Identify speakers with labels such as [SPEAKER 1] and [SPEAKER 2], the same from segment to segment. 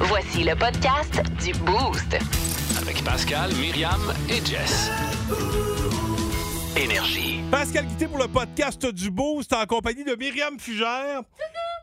[SPEAKER 1] Voici le podcast du Boost.
[SPEAKER 2] Avec Pascal, Myriam et Jess. Énergie.
[SPEAKER 3] Pascal Guité pour le podcast du Boost en compagnie de Myriam Fugère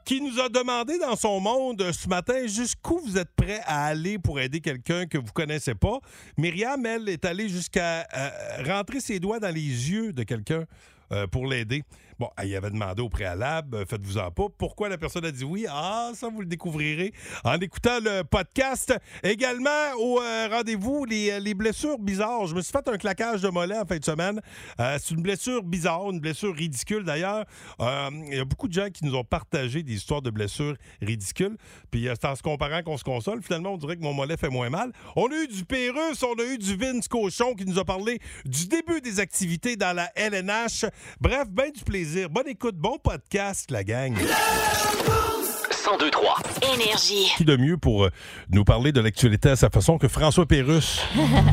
[SPEAKER 3] qui nous a demandé dans son monde euh, ce matin jusqu'où vous êtes prêt à aller pour aider quelqu'un que vous connaissez pas. Myriam, elle, est allée jusqu'à euh, rentrer ses doigts dans les yeux de quelqu'un euh, pour l'aider. Bon, elle y avait demandé au préalable, euh, faites-vous-en pas. Pourquoi la personne a dit oui? Ah, ça, vous le découvrirez en écoutant le podcast. Également, au euh, rendez-vous, les, euh, les blessures bizarres. Je me suis fait un claquage de mollet en fin de semaine. Euh, c'est une blessure bizarre, une blessure ridicule d'ailleurs. Euh, Il y a beaucoup de gens qui nous ont partagé des histoires de blessures ridicules. Puis euh, c'est en se comparant qu'on se console. Finalement, on dirait que mon mollet fait moins mal. On a eu du Pérus, on a eu du Vince Cochon qui nous a parlé du début des activités dans la LNH. Bref, ben du plaisir. Bonne écoute, bon podcast, la gang.
[SPEAKER 2] 1023.
[SPEAKER 1] Énergie.
[SPEAKER 3] Qui de mieux pour euh, nous parler de l'actualité à sa façon que François Pérus?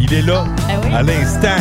[SPEAKER 3] Il est là, à l'instant.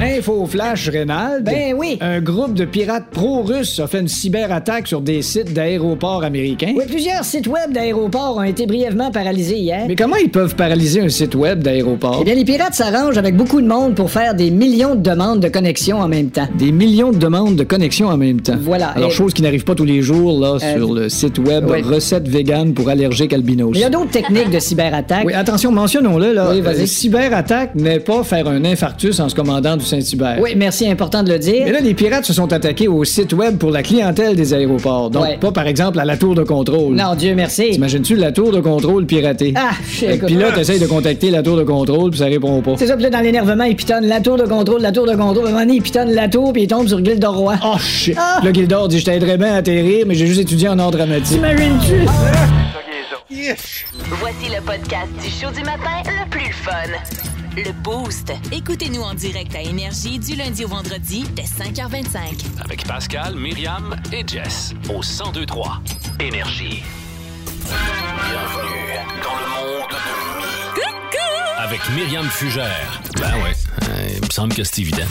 [SPEAKER 4] Info flash Rénal. Ben oui. Un groupe de pirates pro-russes a fait une cyberattaque sur des sites d'aéroports américains.
[SPEAKER 5] Oui, plusieurs sites web d'aéroports ont été brièvement paralysés hier.
[SPEAKER 4] Mais comment ils peuvent paralyser un site web d'aéroport?
[SPEAKER 5] Eh bien, les pirates s'arrangent avec beaucoup de monde pour faire des millions de demandes de connexion en même temps.
[SPEAKER 4] Des millions de demandes de connexion en même temps.
[SPEAKER 5] Voilà.
[SPEAKER 4] Alors,
[SPEAKER 5] Et-
[SPEAKER 4] chose qui n'arrive pas tous les jours, là,
[SPEAKER 5] Euh,
[SPEAKER 4] sur le site web
[SPEAKER 5] oui.
[SPEAKER 4] Recettes vegan pour allergiques albinos.
[SPEAKER 5] Il y a d'autres techniques de cyberattaque.
[SPEAKER 4] Oui, attention, mentionnons-le, là.
[SPEAKER 5] Oui, vas-y.
[SPEAKER 4] Euh, cyberattaque n'est pas faire un infarctus en se commandant du Saint-Hubert.
[SPEAKER 5] Oui, merci, important de le
[SPEAKER 4] Mais
[SPEAKER 5] dire.
[SPEAKER 4] là, les pirates se sont attaqués au site web pour la clientèle des aéroports. Donc,
[SPEAKER 5] Ouais.
[SPEAKER 4] pas par exemple à la tour de contrôle.
[SPEAKER 5] Non, Dieu merci.
[SPEAKER 4] T'imagines-tu la tour de contrôle piratée?
[SPEAKER 5] Ah, je sais,
[SPEAKER 4] Fait que
[SPEAKER 5] écoute.
[SPEAKER 4] Puis là, t'essayes de contacter la tour de contrôle, puis ça répond pas.
[SPEAKER 5] C'est ça, puis là, dans l'énervement, ils pitonnent la tour de contrôle, la tour de contrôle. À un moment donné, ils pitonnent la tour, puis ils tombent sur Guilde de Roi.
[SPEAKER 4] Oh shit!
[SPEAKER 5] Ah!
[SPEAKER 4] Là, Gildor dit Je t'aiderais bien à atterrir, mais j'ai juste étudié en art dramatique.
[SPEAKER 5] T'imagines-tu?
[SPEAKER 1] Voici le podcast du show du matin le plus fun. Le Boost.
[SPEAKER 6] Écoutez-nous en direct à Énergie du lundi au vendredi dès 5h25.
[SPEAKER 2] Avec Pascal, Myriam et Jess. Au 1023. Énergie. Bienvenue dans le monde de Avec Myriam Fugère. Ben ouais. il me semble que c'est évident.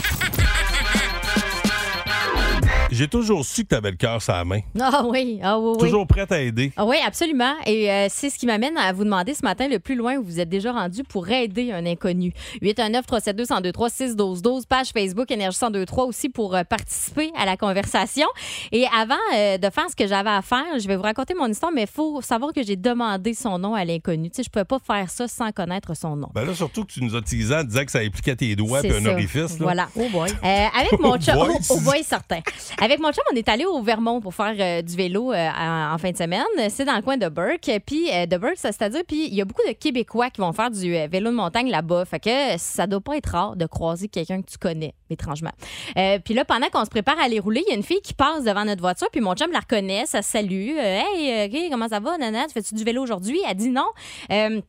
[SPEAKER 3] J'ai toujours su que t'avais le cœur sur la main.
[SPEAKER 7] Ah oui, ah oui, oui.
[SPEAKER 3] Toujours prête à aider.
[SPEAKER 7] Ah oui, absolument. Et euh, c'est ce qui m'amène à vous demander ce matin le plus loin où vous êtes déjà rendu pour aider un inconnu. 819-372-1023-612-12, page Facebook Énergie 1023 aussi pour euh, participer à la conversation. Et avant euh, de faire ce que j'avais à faire, je vais vous raconter mon histoire, mais il faut savoir que j'ai demandé son nom à l'inconnu. Tu sais, je ne pouvais pas faire ça sans connaître son nom.
[SPEAKER 3] Ben là, surtout que tu nous as teasé en disant que ça impliquait tes doigts
[SPEAKER 7] C'est
[SPEAKER 3] et un
[SPEAKER 7] ça.
[SPEAKER 3] orifice. là.
[SPEAKER 7] Voilà. Euh, avec mon
[SPEAKER 3] Oh
[SPEAKER 7] chum,
[SPEAKER 3] boy.
[SPEAKER 7] oh, oh boy, certain. Avec mon chum, on est allé au Vermont pour faire euh, du vélo euh, en, en fin de semaine. C'est dans le coin de Burke. Puis euh, de Burke, ça, c'est-à-dire, puis il y a beaucoup de Québécois qui vont faire du euh, vélo de montagne là-bas. Fait que ça doit pas être rare de croiser quelqu'un que tu connais, étrangement. Euh, puis là, pendant qu'on se prépare à aller rouler, il y a une fille qui passe devant notre voiture, puis mon chum la reconnaît, ça se salue. Euh, hey, euh, OK, comment ça va, Nana? Tu fais-tu du vélo aujourd'hui? Elle dit non. Euh,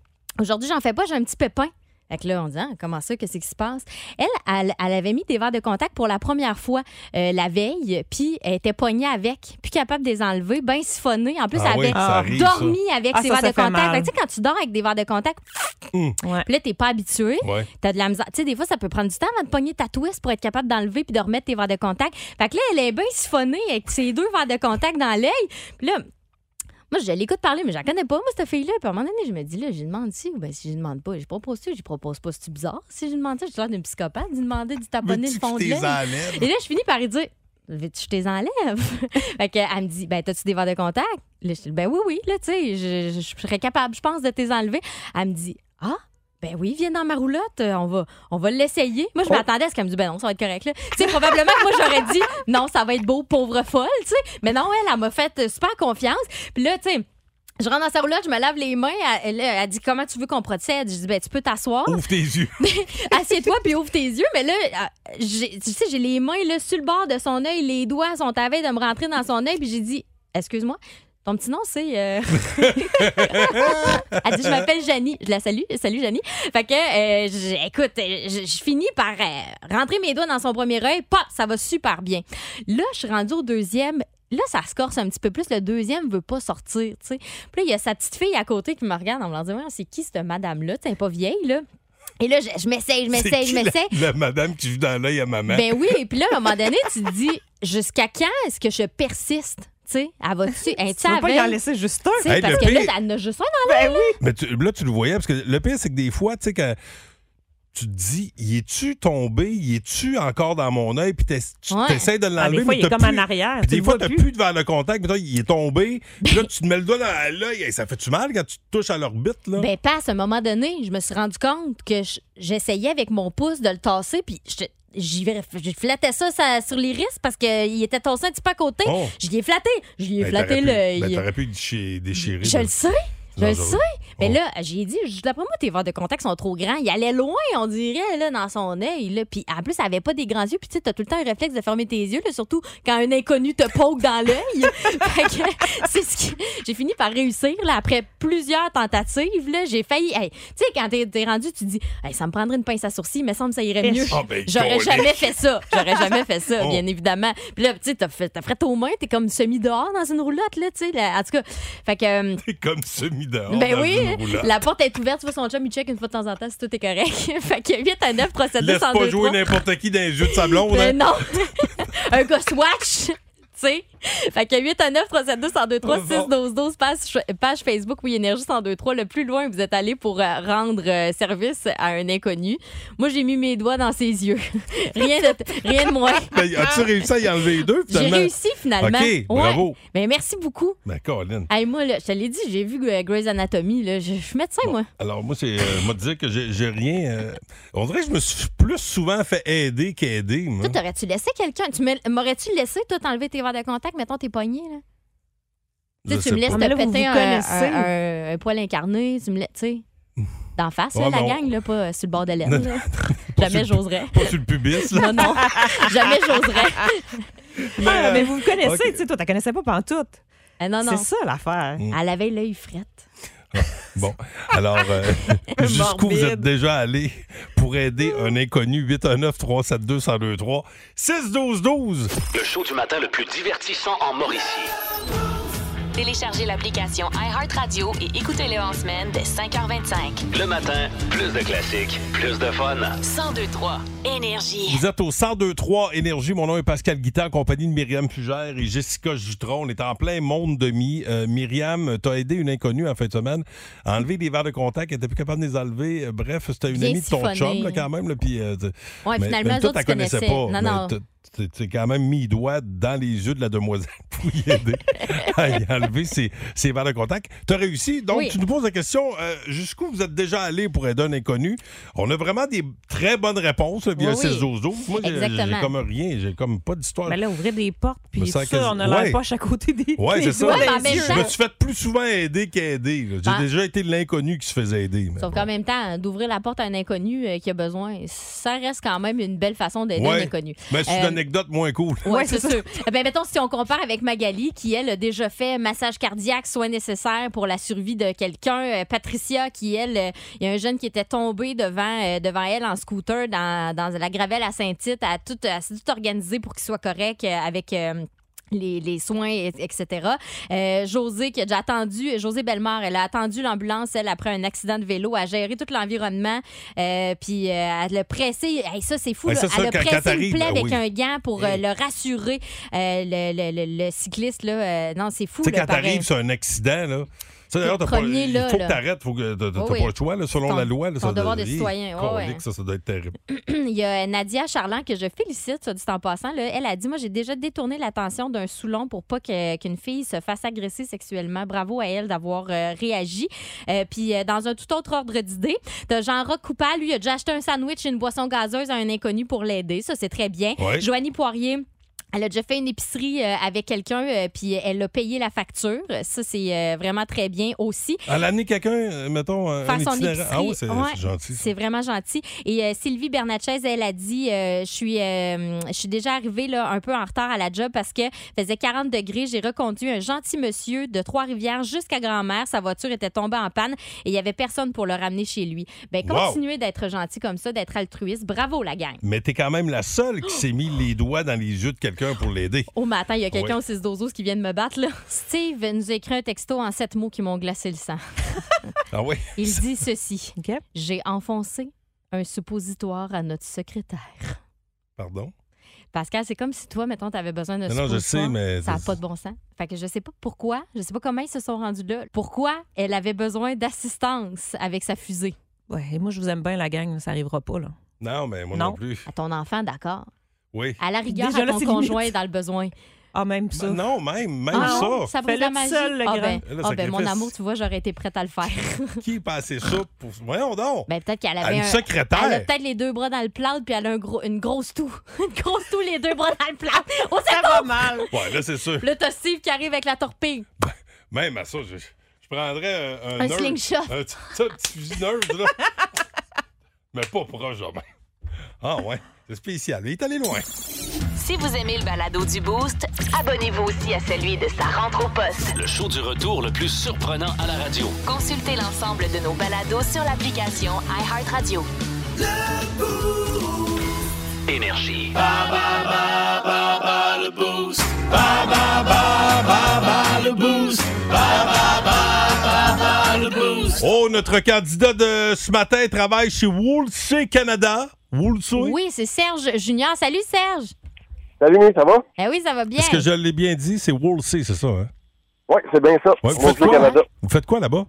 [SPEAKER 7] aujourd'hui, j'en fais pas, j'ai un petit pépin. Fait que là, on dit, Ah, comment ça, qu'est-ce qui se passe? Elle, elle, elle avait mis des verres de contact pour la première fois euh, la veille, puis elle était pognée avec, puis capable de les enlever, bien siphonnée. En plus,
[SPEAKER 3] Ah
[SPEAKER 7] elle
[SPEAKER 3] oui,
[SPEAKER 7] avait
[SPEAKER 3] ça arrive, ça.
[SPEAKER 7] dormi avec
[SPEAKER 8] Ah,
[SPEAKER 7] ses
[SPEAKER 8] ça,
[SPEAKER 7] verres
[SPEAKER 8] ça
[SPEAKER 7] de
[SPEAKER 8] fait
[SPEAKER 7] contact.
[SPEAKER 8] mal.
[SPEAKER 7] Fait que, tu sais, quand tu dors avec des verres de contact,
[SPEAKER 3] Mm.
[SPEAKER 8] Ouais.
[SPEAKER 7] puis là, t'es pas habitué.
[SPEAKER 3] Ouais.
[SPEAKER 7] T'as de la misère. Tu sais, des fois, ça peut prendre du temps avant de pogner ta twist pour être capable d'enlever puis de remettre tes verres de contact. Fait que là, elle est bien siphonnée avec ses deux verres de contact dans l'œil. Puis là, moi, je l'écoute parler, mais j'en connais pas, moi, cette fille-là. Puis à un moment donné, je me dis, là, j'y demande si ou bien si je demande pas. Je propose-tu, je propose pas. C'est-tu bizarre? Si je demande ça, j'ai l'air d'une psychopathe, d'y demander, d'y taponner le fond de l'œil. Et là, je finis par lui dire Veux-tu que je les enlève Fait que, elle me dit Ben, t'as-tu des verres de contact Là, je dis Ben oui, oui, là, tu sais, je, je- je serais capable, je pense, de t'es enlever. Elle me dit Ah ben oui, viens dans ma roulotte, euh, on va, on va l'essayer. Moi, je m'attendais à ce qu'elle me dise, ben non, ça va être correct. là. Tu sais, probablement que moi, j'aurais dit, non, ça va être beau, pauvre folle, tu sais. Mais non, elle, elle m'a fait euh, super confiance. Puis là, tu sais, je rentre dans sa roulotte, je me lave les mains. Elle, elle, elle dit, comment tu veux qu'on procède? Je dis, ben tu peux t'asseoir.
[SPEAKER 3] Ouvre tes yeux.
[SPEAKER 7] Assieds-toi puis ouvre tes yeux. Mais là, euh, j'ai- tu sais, j'ai les mains là, sur le bord de son œil, les doigts sont à veille de me rentrer dans son œil, puis j'ai dit, excuse-moi. Ton petit nom, c'est. euh, Elle dit Je m'appelle Janie. Je la salue. Salut, Janie. Fait que, euh, j'- écoute, euh, j- je finis par euh, rentrer mes doigts dans son premier œil. Pop, ça va super bien. Là, je suis rendue au deuxième. Là, ça se corse un petit peu plus. Le deuxième veut pas sortir, tu sais. Puis là, il y a sa petite fille à côté qui me regarde en me disant Voyons, C'est qui cette madame-là? Tu sais, Elle est pas vieille, là. Et là, je, je m'essaye, je
[SPEAKER 3] C'est
[SPEAKER 7] m'essaye,
[SPEAKER 3] qui
[SPEAKER 7] je
[SPEAKER 3] la-
[SPEAKER 7] m'essaye.
[SPEAKER 3] La, madame qui joue dans l'œil à maman.
[SPEAKER 7] Ben oui, et puis là, à un moment donné, tu te dis jusqu'à quand est-ce que je persiste? Tu sais, elle va-tu être
[SPEAKER 8] Tu veux pas y en
[SPEAKER 7] avec?
[SPEAKER 8] laisser juste un?
[SPEAKER 7] Tu sais,
[SPEAKER 3] Hey,
[SPEAKER 7] parce
[SPEAKER 3] le
[SPEAKER 7] que
[SPEAKER 3] pire-
[SPEAKER 7] là, elle en a juste un dans
[SPEAKER 8] Ben oui!
[SPEAKER 3] Mais tu- là, tu le voyais, parce que le pire, c'est que des fois, tu sais, quand tu te dis, y es-tu tombé, y es-tu encore dans mon œil, puis t'es- tu
[SPEAKER 7] Ouais.
[SPEAKER 3] essaies de
[SPEAKER 8] Ah,
[SPEAKER 3] l'enlever.
[SPEAKER 8] des fois,
[SPEAKER 3] mais
[SPEAKER 8] il est
[SPEAKER 3] t'as
[SPEAKER 8] comme en
[SPEAKER 3] plus-
[SPEAKER 8] arrière.
[SPEAKER 3] puis
[SPEAKER 8] tu
[SPEAKER 3] des
[SPEAKER 8] le
[SPEAKER 3] fois,
[SPEAKER 8] vois
[SPEAKER 3] t'as plus devant le contact, mais toi, il est tombé. Puis là, tu te mets le doigt dans l'œil. Hey, ça fait-tu mal quand tu te touches à l'orbite, là?
[SPEAKER 7] Ben, pas à un moment donné, je me suis rendu compte que je- j'essayais avec mon pouce de le tasser, puis je, j'y vais- je flattais ça, ça sur les risques parce qu'il était tassé un petit peu à côté.
[SPEAKER 3] Oh.
[SPEAKER 7] Je l'ai flatté. Je lui ai
[SPEAKER 3] Ben,
[SPEAKER 7] flatté
[SPEAKER 3] t'aurais pu- ben,
[SPEAKER 7] l'œil.
[SPEAKER 3] T'aurais pu déchi- déchirer.
[SPEAKER 7] je
[SPEAKER 3] là.
[SPEAKER 7] le sais. Je
[SPEAKER 3] Non,
[SPEAKER 7] le
[SPEAKER 3] j'aurais-
[SPEAKER 7] sais. Mais
[SPEAKER 3] Oh.
[SPEAKER 7] là, j'ai dit, je- d'après moi, tes verres de contact sont trop grands. Il allait loin, on dirait, là, dans son œil. Là. Puis en plus, elle avait pas des grands yeux. Puis tu sais, t'as tout le temps un réflexe de fermer tes yeux, là, surtout quand un inconnu te poke dans l'œil. Fait que c'est ce que j'ai fini par réussir. Là, après plusieurs tentatives, là, j'ai failli. Hey, tu sais, quand t'es es rendu, tu dis, Hey, ça me prendrait une pince à sourcils, mais ça me ça irait mieux.
[SPEAKER 3] Ah, ben,
[SPEAKER 7] J'aurais
[SPEAKER 3] golly.
[SPEAKER 7] jamais fait ça. J'aurais jamais fait ça,
[SPEAKER 3] Oh.
[SPEAKER 7] bien évidemment. Puis là, tu sais, t'as fait- t'as fret aux mains, t'es comme semi-dehors dans une roulotte, là, tu sais. là. En tout cas, fait que. euh,
[SPEAKER 3] T'es comme semi-dehors.
[SPEAKER 7] ben
[SPEAKER 3] Oh, dans
[SPEAKER 7] oui,
[SPEAKER 3] une roulotte.
[SPEAKER 7] la porte est ouverte, tu vois son chum, il check une fois de temps en temps si tout est correct. fait que 8 à 9, procédé
[SPEAKER 3] Laisse
[SPEAKER 7] sans
[SPEAKER 3] pas jouer n'importe qui dans les yeux de sa blonde. hein.
[SPEAKER 7] Mais Ben non! Un Ghostwatch! Tu sais? Fait que 8 à 9, 372 1023 6 12 12 page, page Facebook Oui Énergie 1023 le plus loin que vous êtes allé pour euh, rendre euh, service à un inconnu. Moi, j'ai mis mes doigts dans ses yeux. rien, de, rien de moins.
[SPEAKER 3] Ben, As-tu réussi à y enlever les deux,
[SPEAKER 7] J'ai
[SPEAKER 3] finalement?
[SPEAKER 7] réussi finalement.
[SPEAKER 3] OK,
[SPEAKER 7] Ouais.
[SPEAKER 3] bravo.
[SPEAKER 7] Mais merci beaucoup.
[SPEAKER 3] Ben, Colin.
[SPEAKER 7] Hey, moi, là, je te l'ai dit, j'ai vu euh, Grey's Anatomy. Là. Je je suis médecin, moi.
[SPEAKER 3] Alors, moi, c'est. Euh, moi, dire que j'ai j'ai rien. euh, on dirait que je me suis plus souvent fait aider qu'aider. moi.
[SPEAKER 7] Toi, t'aurais-tu laissé quelqu'un? Tu me- m'aurais-tu laissé, toi, t'enlever tes verres de contact, mettons tes poignets, là?
[SPEAKER 3] Je
[SPEAKER 7] Tu sais, tu
[SPEAKER 3] sais
[SPEAKER 7] me
[SPEAKER 3] pas.
[SPEAKER 7] laisses
[SPEAKER 8] Ah, mais là,
[SPEAKER 7] te
[SPEAKER 8] vous
[SPEAKER 7] péter
[SPEAKER 8] vous
[SPEAKER 7] un,
[SPEAKER 8] connaissez.
[SPEAKER 7] un- un- un poil incarné, tu me laisses, tu sais. D'en face, là,
[SPEAKER 3] Ouais,
[SPEAKER 7] la
[SPEAKER 3] non.
[SPEAKER 7] gang, là, pas euh, sur le bord de l'aile.
[SPEAKER 3] Non,
[SPEAKER 7] là.
[SPEAKER 3] Pas sur
[SPEAKER 7] Jamais
[SPEAKER 3] le-
[SPEAKER 7] j'oserais.
[SPEAKER 3] Pas sur le pubis, là.
[SPEAKER 7] Non, non, jamais j'oserais.
[SPEAKER 3] Mais,
[SPEAKER 8] Ah,
[SPEAKER 3] euh,
[SPEAKER 8] mais vous me connaissez,
[SPEAKER 3] ok.
[SPEAKER 8] tu sais, toi, tu connaissais pas pantoute.
[SPEAKER 7] Ah, non, non.
[SPEAKER 8] C'est ça l'affaire.
[SPEAKER 7] Elle avait l'œil frette.
[SPEAKER 3] Bon, alors, euh, jusqu'où vous
[SPEAKER 8] Morbide.
[SPEAKER 3] êtes déjà allé pour aider un inconnu? 819-372-1023, 6-12-12.
[SPEAKER 2] Le show du matin le plus divertissant en Mauricie.
[SPEAKER 6] Téléchargez l'application iHeartRadio et écoutez-le en semaine dès 5h25.
[SPEAKER 2] Le matin, plus de classiques, plus de fun.
[SPEAKER 6] 1023 Énergie.
[SPEAKER 3] Vous êtes au 1023 Énergie. Mon nom est Pascal Guittard, en compagnie de Myriam Fugère et Jessica Jutron. On est en plein monde demi. Euh, Myriam, t'as aidé une inconnue en fin de semaine à enlever des verres de contact. Elle était plus capable de les enlever. Euh, Bref, c'était une
[SPEAKER 7] Bien
[SPEAKER 3] amie de ton
[SPEAKER 7] siphonné.
[SPEAKER 3] chum, là, quand même. Là, puis, euh, t-
[SPEAKER 7] Ouais, finalement,
[SPEAKER 3] même
[SPEAKER 7] eux
[SPEAKER 3] toi,
[SPEAKER 7] autres,
[SPEAKER 3] t'as
[SPEAKER 7] tu connaissais.
[SPEAKER 3] connaissais pas. mais
[SPEAKER 7] Non, non.
[SPEAKER 3] t'as- t'as- t'as quand même mis le doigt dans les yeux de la demoiselle pour y aider à y enlever ses, ses verres de contact. T'as réussi. Donc,
[SPEAKER 7] Oui.
[SPEAKER 3] tu nous poses la question euh, jusqu'où vous êtes déjà allé pour aider un inconnu? On a vraiment des très bonnes réponses. là, via
[SPEAKER 7] Oui, oui.
[SPEAKER 3] 16 12. Moi, j'ai-
[SPEAKER 7] Exactement.
[SPEAKER 3] j'ai comme rien, j'ai comme pas d'histoire.
[SPEAKER 8] Mais
[SPEAKER 7] Ben,
[SPEAKER 8] là, ouvrez des portes,
[SPEAKER 3] Me
[SPEAKER 8] puis
[SPEAKER 3] sens
[SPEAKER 8] ça,
[SPEAKER 3] quasi-
[SPEAKER 8] on a leur
[SPEAKER 3] Ouais.
[SPEAKER 8] poche à côté des.
[SPEAKER 3] Ouais,
[SPEAKER 8] des
[SPEAKER 3] c'est ça.
[SPEAKER 8] doigts
[SPEAKER 7] Ouais, mais en
[SPEAKER 8] des
[SPEAKER 7] même
[SPEAKER 8] yeux.
[SPEAKER 3] je
[SPEAKER 7] temps-
[SPEAKER 3] me suis fait plus souvent aider qu'aider. là. J'ai
[SPEAKER 7] Ben-
[SPEAKER 3] déjà été l'inconnu qui se faisait aider. mais Ben
[SPEAKER 7] Sauf
[SPEAKER 3] bon.
[SPEAKER 7] qu'en même temps, d'ouvrir la porte à un inconnu euh, qui a besoin, ça reste quand même une belle façon d'aider
[SPEAKER 3] Ouais. Ben,
[SPEAKER 7] un inconnu.
[SPEAKER 3] Mais c'est une
[SPEAKER 7] Euh,
[SPEAKER 3] anecdote moins cool.
[SPEAKER 7] Oui,
[SPEAKER 8] Ouais,
[SPEAKER 7] c'est
[SPEAKER 8] c'est
[SPEAKER 7] sûr. Ben, mettons, si on compare avec Magali, qui, elle, a déjà fait massage cardiaque, soins nécessaires pour la survie de quelqu'un. Euh, Patricia, qui, elle, euh, il y a un jeune qui était tombé devant, euh, devant elle en scooter dans, dans la gravelle à Saint-Tite. Elle a tout, elle s'est tout organisé pour qu'il soit correct euh, avec... euh, les, les soins, et- etc. Euh, Josée, qui a déjà attendu, Josée Bellemare, elle a attendu l'ambulance, elle, après un accident de vélo, a géré tout l'environnement, euh, puis euh, elle a pressé, hey, ça c'est fou,
[SPEAKER 3] Ouais,
[SPEAKER 7] là.
[SPEAKER 3] c'est ça,
[SPEAKER 7] elle a
[SPEAKER 3] quand-
[SPEAKER 7] pressé
[SPEAKER 3] quand t'arrives,
[SPEAKER 7] une plaie
[SPEAKER 3] ben
[SPEAKER 7] avec
[SPEAKER 3] oui.
[SPEAKER 7] un gant pour euh, le rassurer, euh, le, le- le- le cycliste, là, euh, non, c'est fou.
[SPEAKER 3] Tu sais,
[SPEAKER 7] là,
[SPEAKER 3] quand
[SPEAKER 7] pareil.
[SPEAKER 3] t'arrives sur un accident, là. Ça, d'ailleurs, t'as pas,
[SPEAKER 7] premier,
[SPEAKER 3] il
[SPEAKER 7] là,
[SPEAKER 3] faut
[SPEAKER 7] là.
[SPEAKER 3] que t'arrêtes, faut que t'as t'as
[SPEAKER 7] Oui,
[SPEAKER 3] pas
[SPEAKER 7] oui.
[SPEAKER 3] le choix, là, selon
[SPEAKER 7] Ton-
[SPEAKER 3] la loi. là,
[SPEAKER 7] ton
[SPEAKER 3] ça
[SPEAKER 7] devoir
[SPEAKER 3] doit-
[SPEAKER 7] de
[SPEAKER 3] Hi,
[SPEAKER 7] citoyen, ouais,
[SPEAKER 3] colique,
[SPEAKER 7] ouais.
[SPEAKER 3] Ça, ça doit être terrible.
[SPEAKER 7] Il y a Nadia Charland que je félicite, soit dit en passant. là. Elle a dit Moi, j'ai déjà détourné l'attention d'un soulon pour pas que- qu'une fille se fasse agresser sexuellement. Bravo à elle d'avoir euh, réagi. Euh, Puis, euh, dans un tout autre ordre d'idée, t'as Jean-Roch Coupal, lui, il a déjà acheté un sandwich et une boisson gazeuse à un inconnu pour l'aider. Ça, c'est très bien.
[SPEAKER 3] Ouais.
[SPEAKER 7] Joanie Poirier. Elle a déjà fait une épicerie euh, avec quelqu'un, euh, puis elle a payé la facture. Ça, c'est euh, vraiment très bien aussi.
[SPEAKER 3] À l'année, quelqu'un, euh, mettons, un
[SPEAKER 7] Faire son
[SPEAKER 3] itinérant. Ah
[SPEAKER 7] épicerie.
[SPEAKER 3] oui, c'est
[SPEAKER 7] Ouais.
[SPEAKER 3] c'est gentil. ça.
[SPEAKER 7] C'est vraiment gentil. Et euh, Sylvie Bernatchez, elle a dit euh, Je suis euh, je suis déjà arrivée là, un peu en retard à la job parce que faisait 40 degrés. J'ai reconduit un gentil monsieur de Trois-Rivières jusqu'à grand-mère. Sa voiture était tombée en panne et il n'y avait personne pour le ramener chez lui. Ben,
[SPEAKER 3] Wow.
[SPEAKER 7] continuez d'être gentil comme ça, d'être altruiste. Bravo, la gang.
[SPEAKER 3] Mais t'es quand même la seule qui s'est mis les doigts dans les yeux de quelqu'un pour l'aider.
[SPEAKER 7] Oh, mais attends, il y a quelqu'un
[SPEAKER 3] Ouais.
[SPEAKER 7] au 6 12 qui vient de me battre, là. Steve nous a écrit un texto en sept mots qui m'ont glacé le sang.
[SPEAKER 3] Ah oui?
[SPEAKER 7] Il dit ceci
[SPEAKER 8] OK.
[SPEAKER 7] J'ai enfoncé un suppositoire à notre secrétaire.
[SPEAKER 3] Pardon?
[SPEAKER 7] Pascal, c'est comme si toi, mettons, t'avais besoin de
[SPEAKER 3] Non, non, je sais,
[SPEAKER 7] sponsor.
[SPEAKER 3] mais-
[SPEAKER 7] hein. Ça n'a pas de bon sens. Fait que je sais pas pourquoi, je sais pas comment ils se sont rendus là. Pourquoi elle avait besoin d'assistance avec sa fusée?
[SPEAKER 8] Ouais, moi, je vous aime bien, la gang, ça arrivera pas, là.
[SPEAKER 3] Non, mais moi non,
[SPEAKER 8] Non.
[SPEAKER 3] plus.
[SPEAKER 7] À ton enfant, d'accord.
[SPEAKER 3] Oui.
[SPEAKER 7] À la rigueur,
[SPEAKER 8] Déjà
[SPEAKER 7] à
[SPEAKER 8] là,
[SPEAKER 7] ton
[SPEAKER 8] c'est
[SPEAKER 7] conjoint
[SPEAKER 8] limite.
[SPEAKER 7] dans le besoin.
[SPEAKER 8] Ah, même
[SPEAKER 3] Ben
[SPEAKER 8] ça.
[SPEAKER 3] non, même, même
[SPEAKER 7] Ah
[SPEAKER 3] ça.
[SPEAKER 7] non, ça brise
[SPEAKER 8] Fais-le
[SPEAKER 7] la
[SPEAKER 8] tout
[SPEAKER 7] magie.
[SPEAKER 8] seul, le
[SPEAKER 7] ah,
[SPEAKER 8] grand.
[SPEAKER 7] ben,
[SPEAKER 3] Le
[SPEAKER 7] ah, ben, mon
[SPEAKER 3] sacrifice.
[SPEAKER 7] amour, tu vois, j'aurais été prête à le faire.
[SPEAKER 3] Qui est passé ça pour. Voyons donc.
[SPEAKER 7] Ah. ben, peut-être qu'elle
[SPEAKER 3] à
[SPEAKER 7] avait
[SPEAKER 3] une
[SPEAKER 7] un... Elle a
[SPEAKER 3] secrétaire.
[SPEAKER 7] peut-être les deux bras dans le plâtre, puis elle a un gros, une grosse toux. une grosse toux, les deux bras dans le plâtre. On sait
[SPEAKER 8] Ça va mal.
[SPEAKER 3] Ouais, là, c'est sûr.
[SPEAKER 7] Là, t'as Steve qui arrive avec la torpille.
[SPEAKER 3] Même à ça, je, je prendrais un.
[SPEAKER 7] Un
[SPEAKER 3] nerd.
[SPEAKER 7] slingshot.
[SPEAKER 3] Un, petit- ça, un petit fusil nerd, là. mais pas proche, jamais. Ah, ouais. C'est spécial. Il est allé loin.
[SPEAKER 6] Si vous aimez le balado du Boost, abonnez-vous aussi à celui de sa rentre au poste.
[SPEAKER 2] Le show du retour le plus surprenant à la radio.
[SPEAKER 6] Consultez l'ensemble de nos balados sur l'application iHeartRadio.
[SPEAKER 2] Énergie.
[SPEAKER 3] Oh, notre candidat de ce matin travaille chez Woolsey Canada. Woolsey.
[SPEAKER 7] Oui, c'est Serge Junior. Salut, Serge.
[SPEAKER 9] Salut, ça va?
[SPEAKER 7] Eh oui, ça va bien.
[SPEAKER 3] Est-ce que je l'ai bien dit? C'est Woolsey, c'est ça, hein?
[SPEAKER 9] Oui, c'est bien ça.
[SPEAKER 3] Ouais,
[SPEAKER 9] Mon
[SPEAKER 3] faites quoi,
[SPEAKER 9] Canada.
[SPEAKER 3] Vous faites quoi là-bas?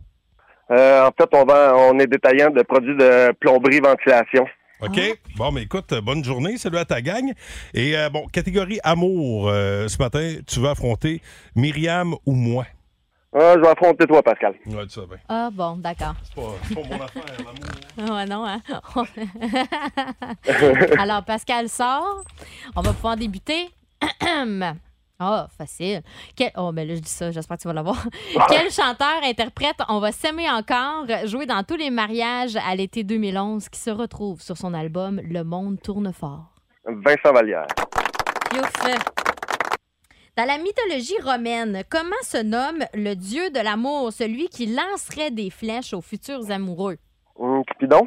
[SPEAKER 9] Euh, en fait, on, vend, on est détaillant de produits de plomberie ventilation.
[SPEAKER 3] OK. Bon, mais écoute, euh, bonne journée. Salut à ta gang. Et euh, bon, catégorie amour, euh, ce matin, tu vas affronter Myriam ou moi?
[SPEAKER 9] Ah, je vais affronter toi, Pascal.
[SPEAKER 3] Ouais, tu sais bien.
[SPEAKER 7] Ah, bon, d'accord.
[SPEAKER 3] C'est pas, c'est pas mon affaire, l'amour.
[SPEAKER 7] Ah non, hein? Alors, Pascal sort. On va pouvoir débuter. Ah, facile. Quel- Oh, mais là, je dis ça, j'espère que tu vas l'avoir. Quel chanteur, interprète, on va s'aimer encore, joué dans tous les mariages à l'été 2011, qui se retrouve sur son album Le monde tourne fort?
[SPEAKER 9] Vincent Vallière.
[SPEAKER 7] Piouf. Dans la mythologie romaine, comment se nomme le dieu de l'amour, celui qui lancerait des flèches aux futurs amoureux?
[SPEAKER 9] Hum, Cupidon.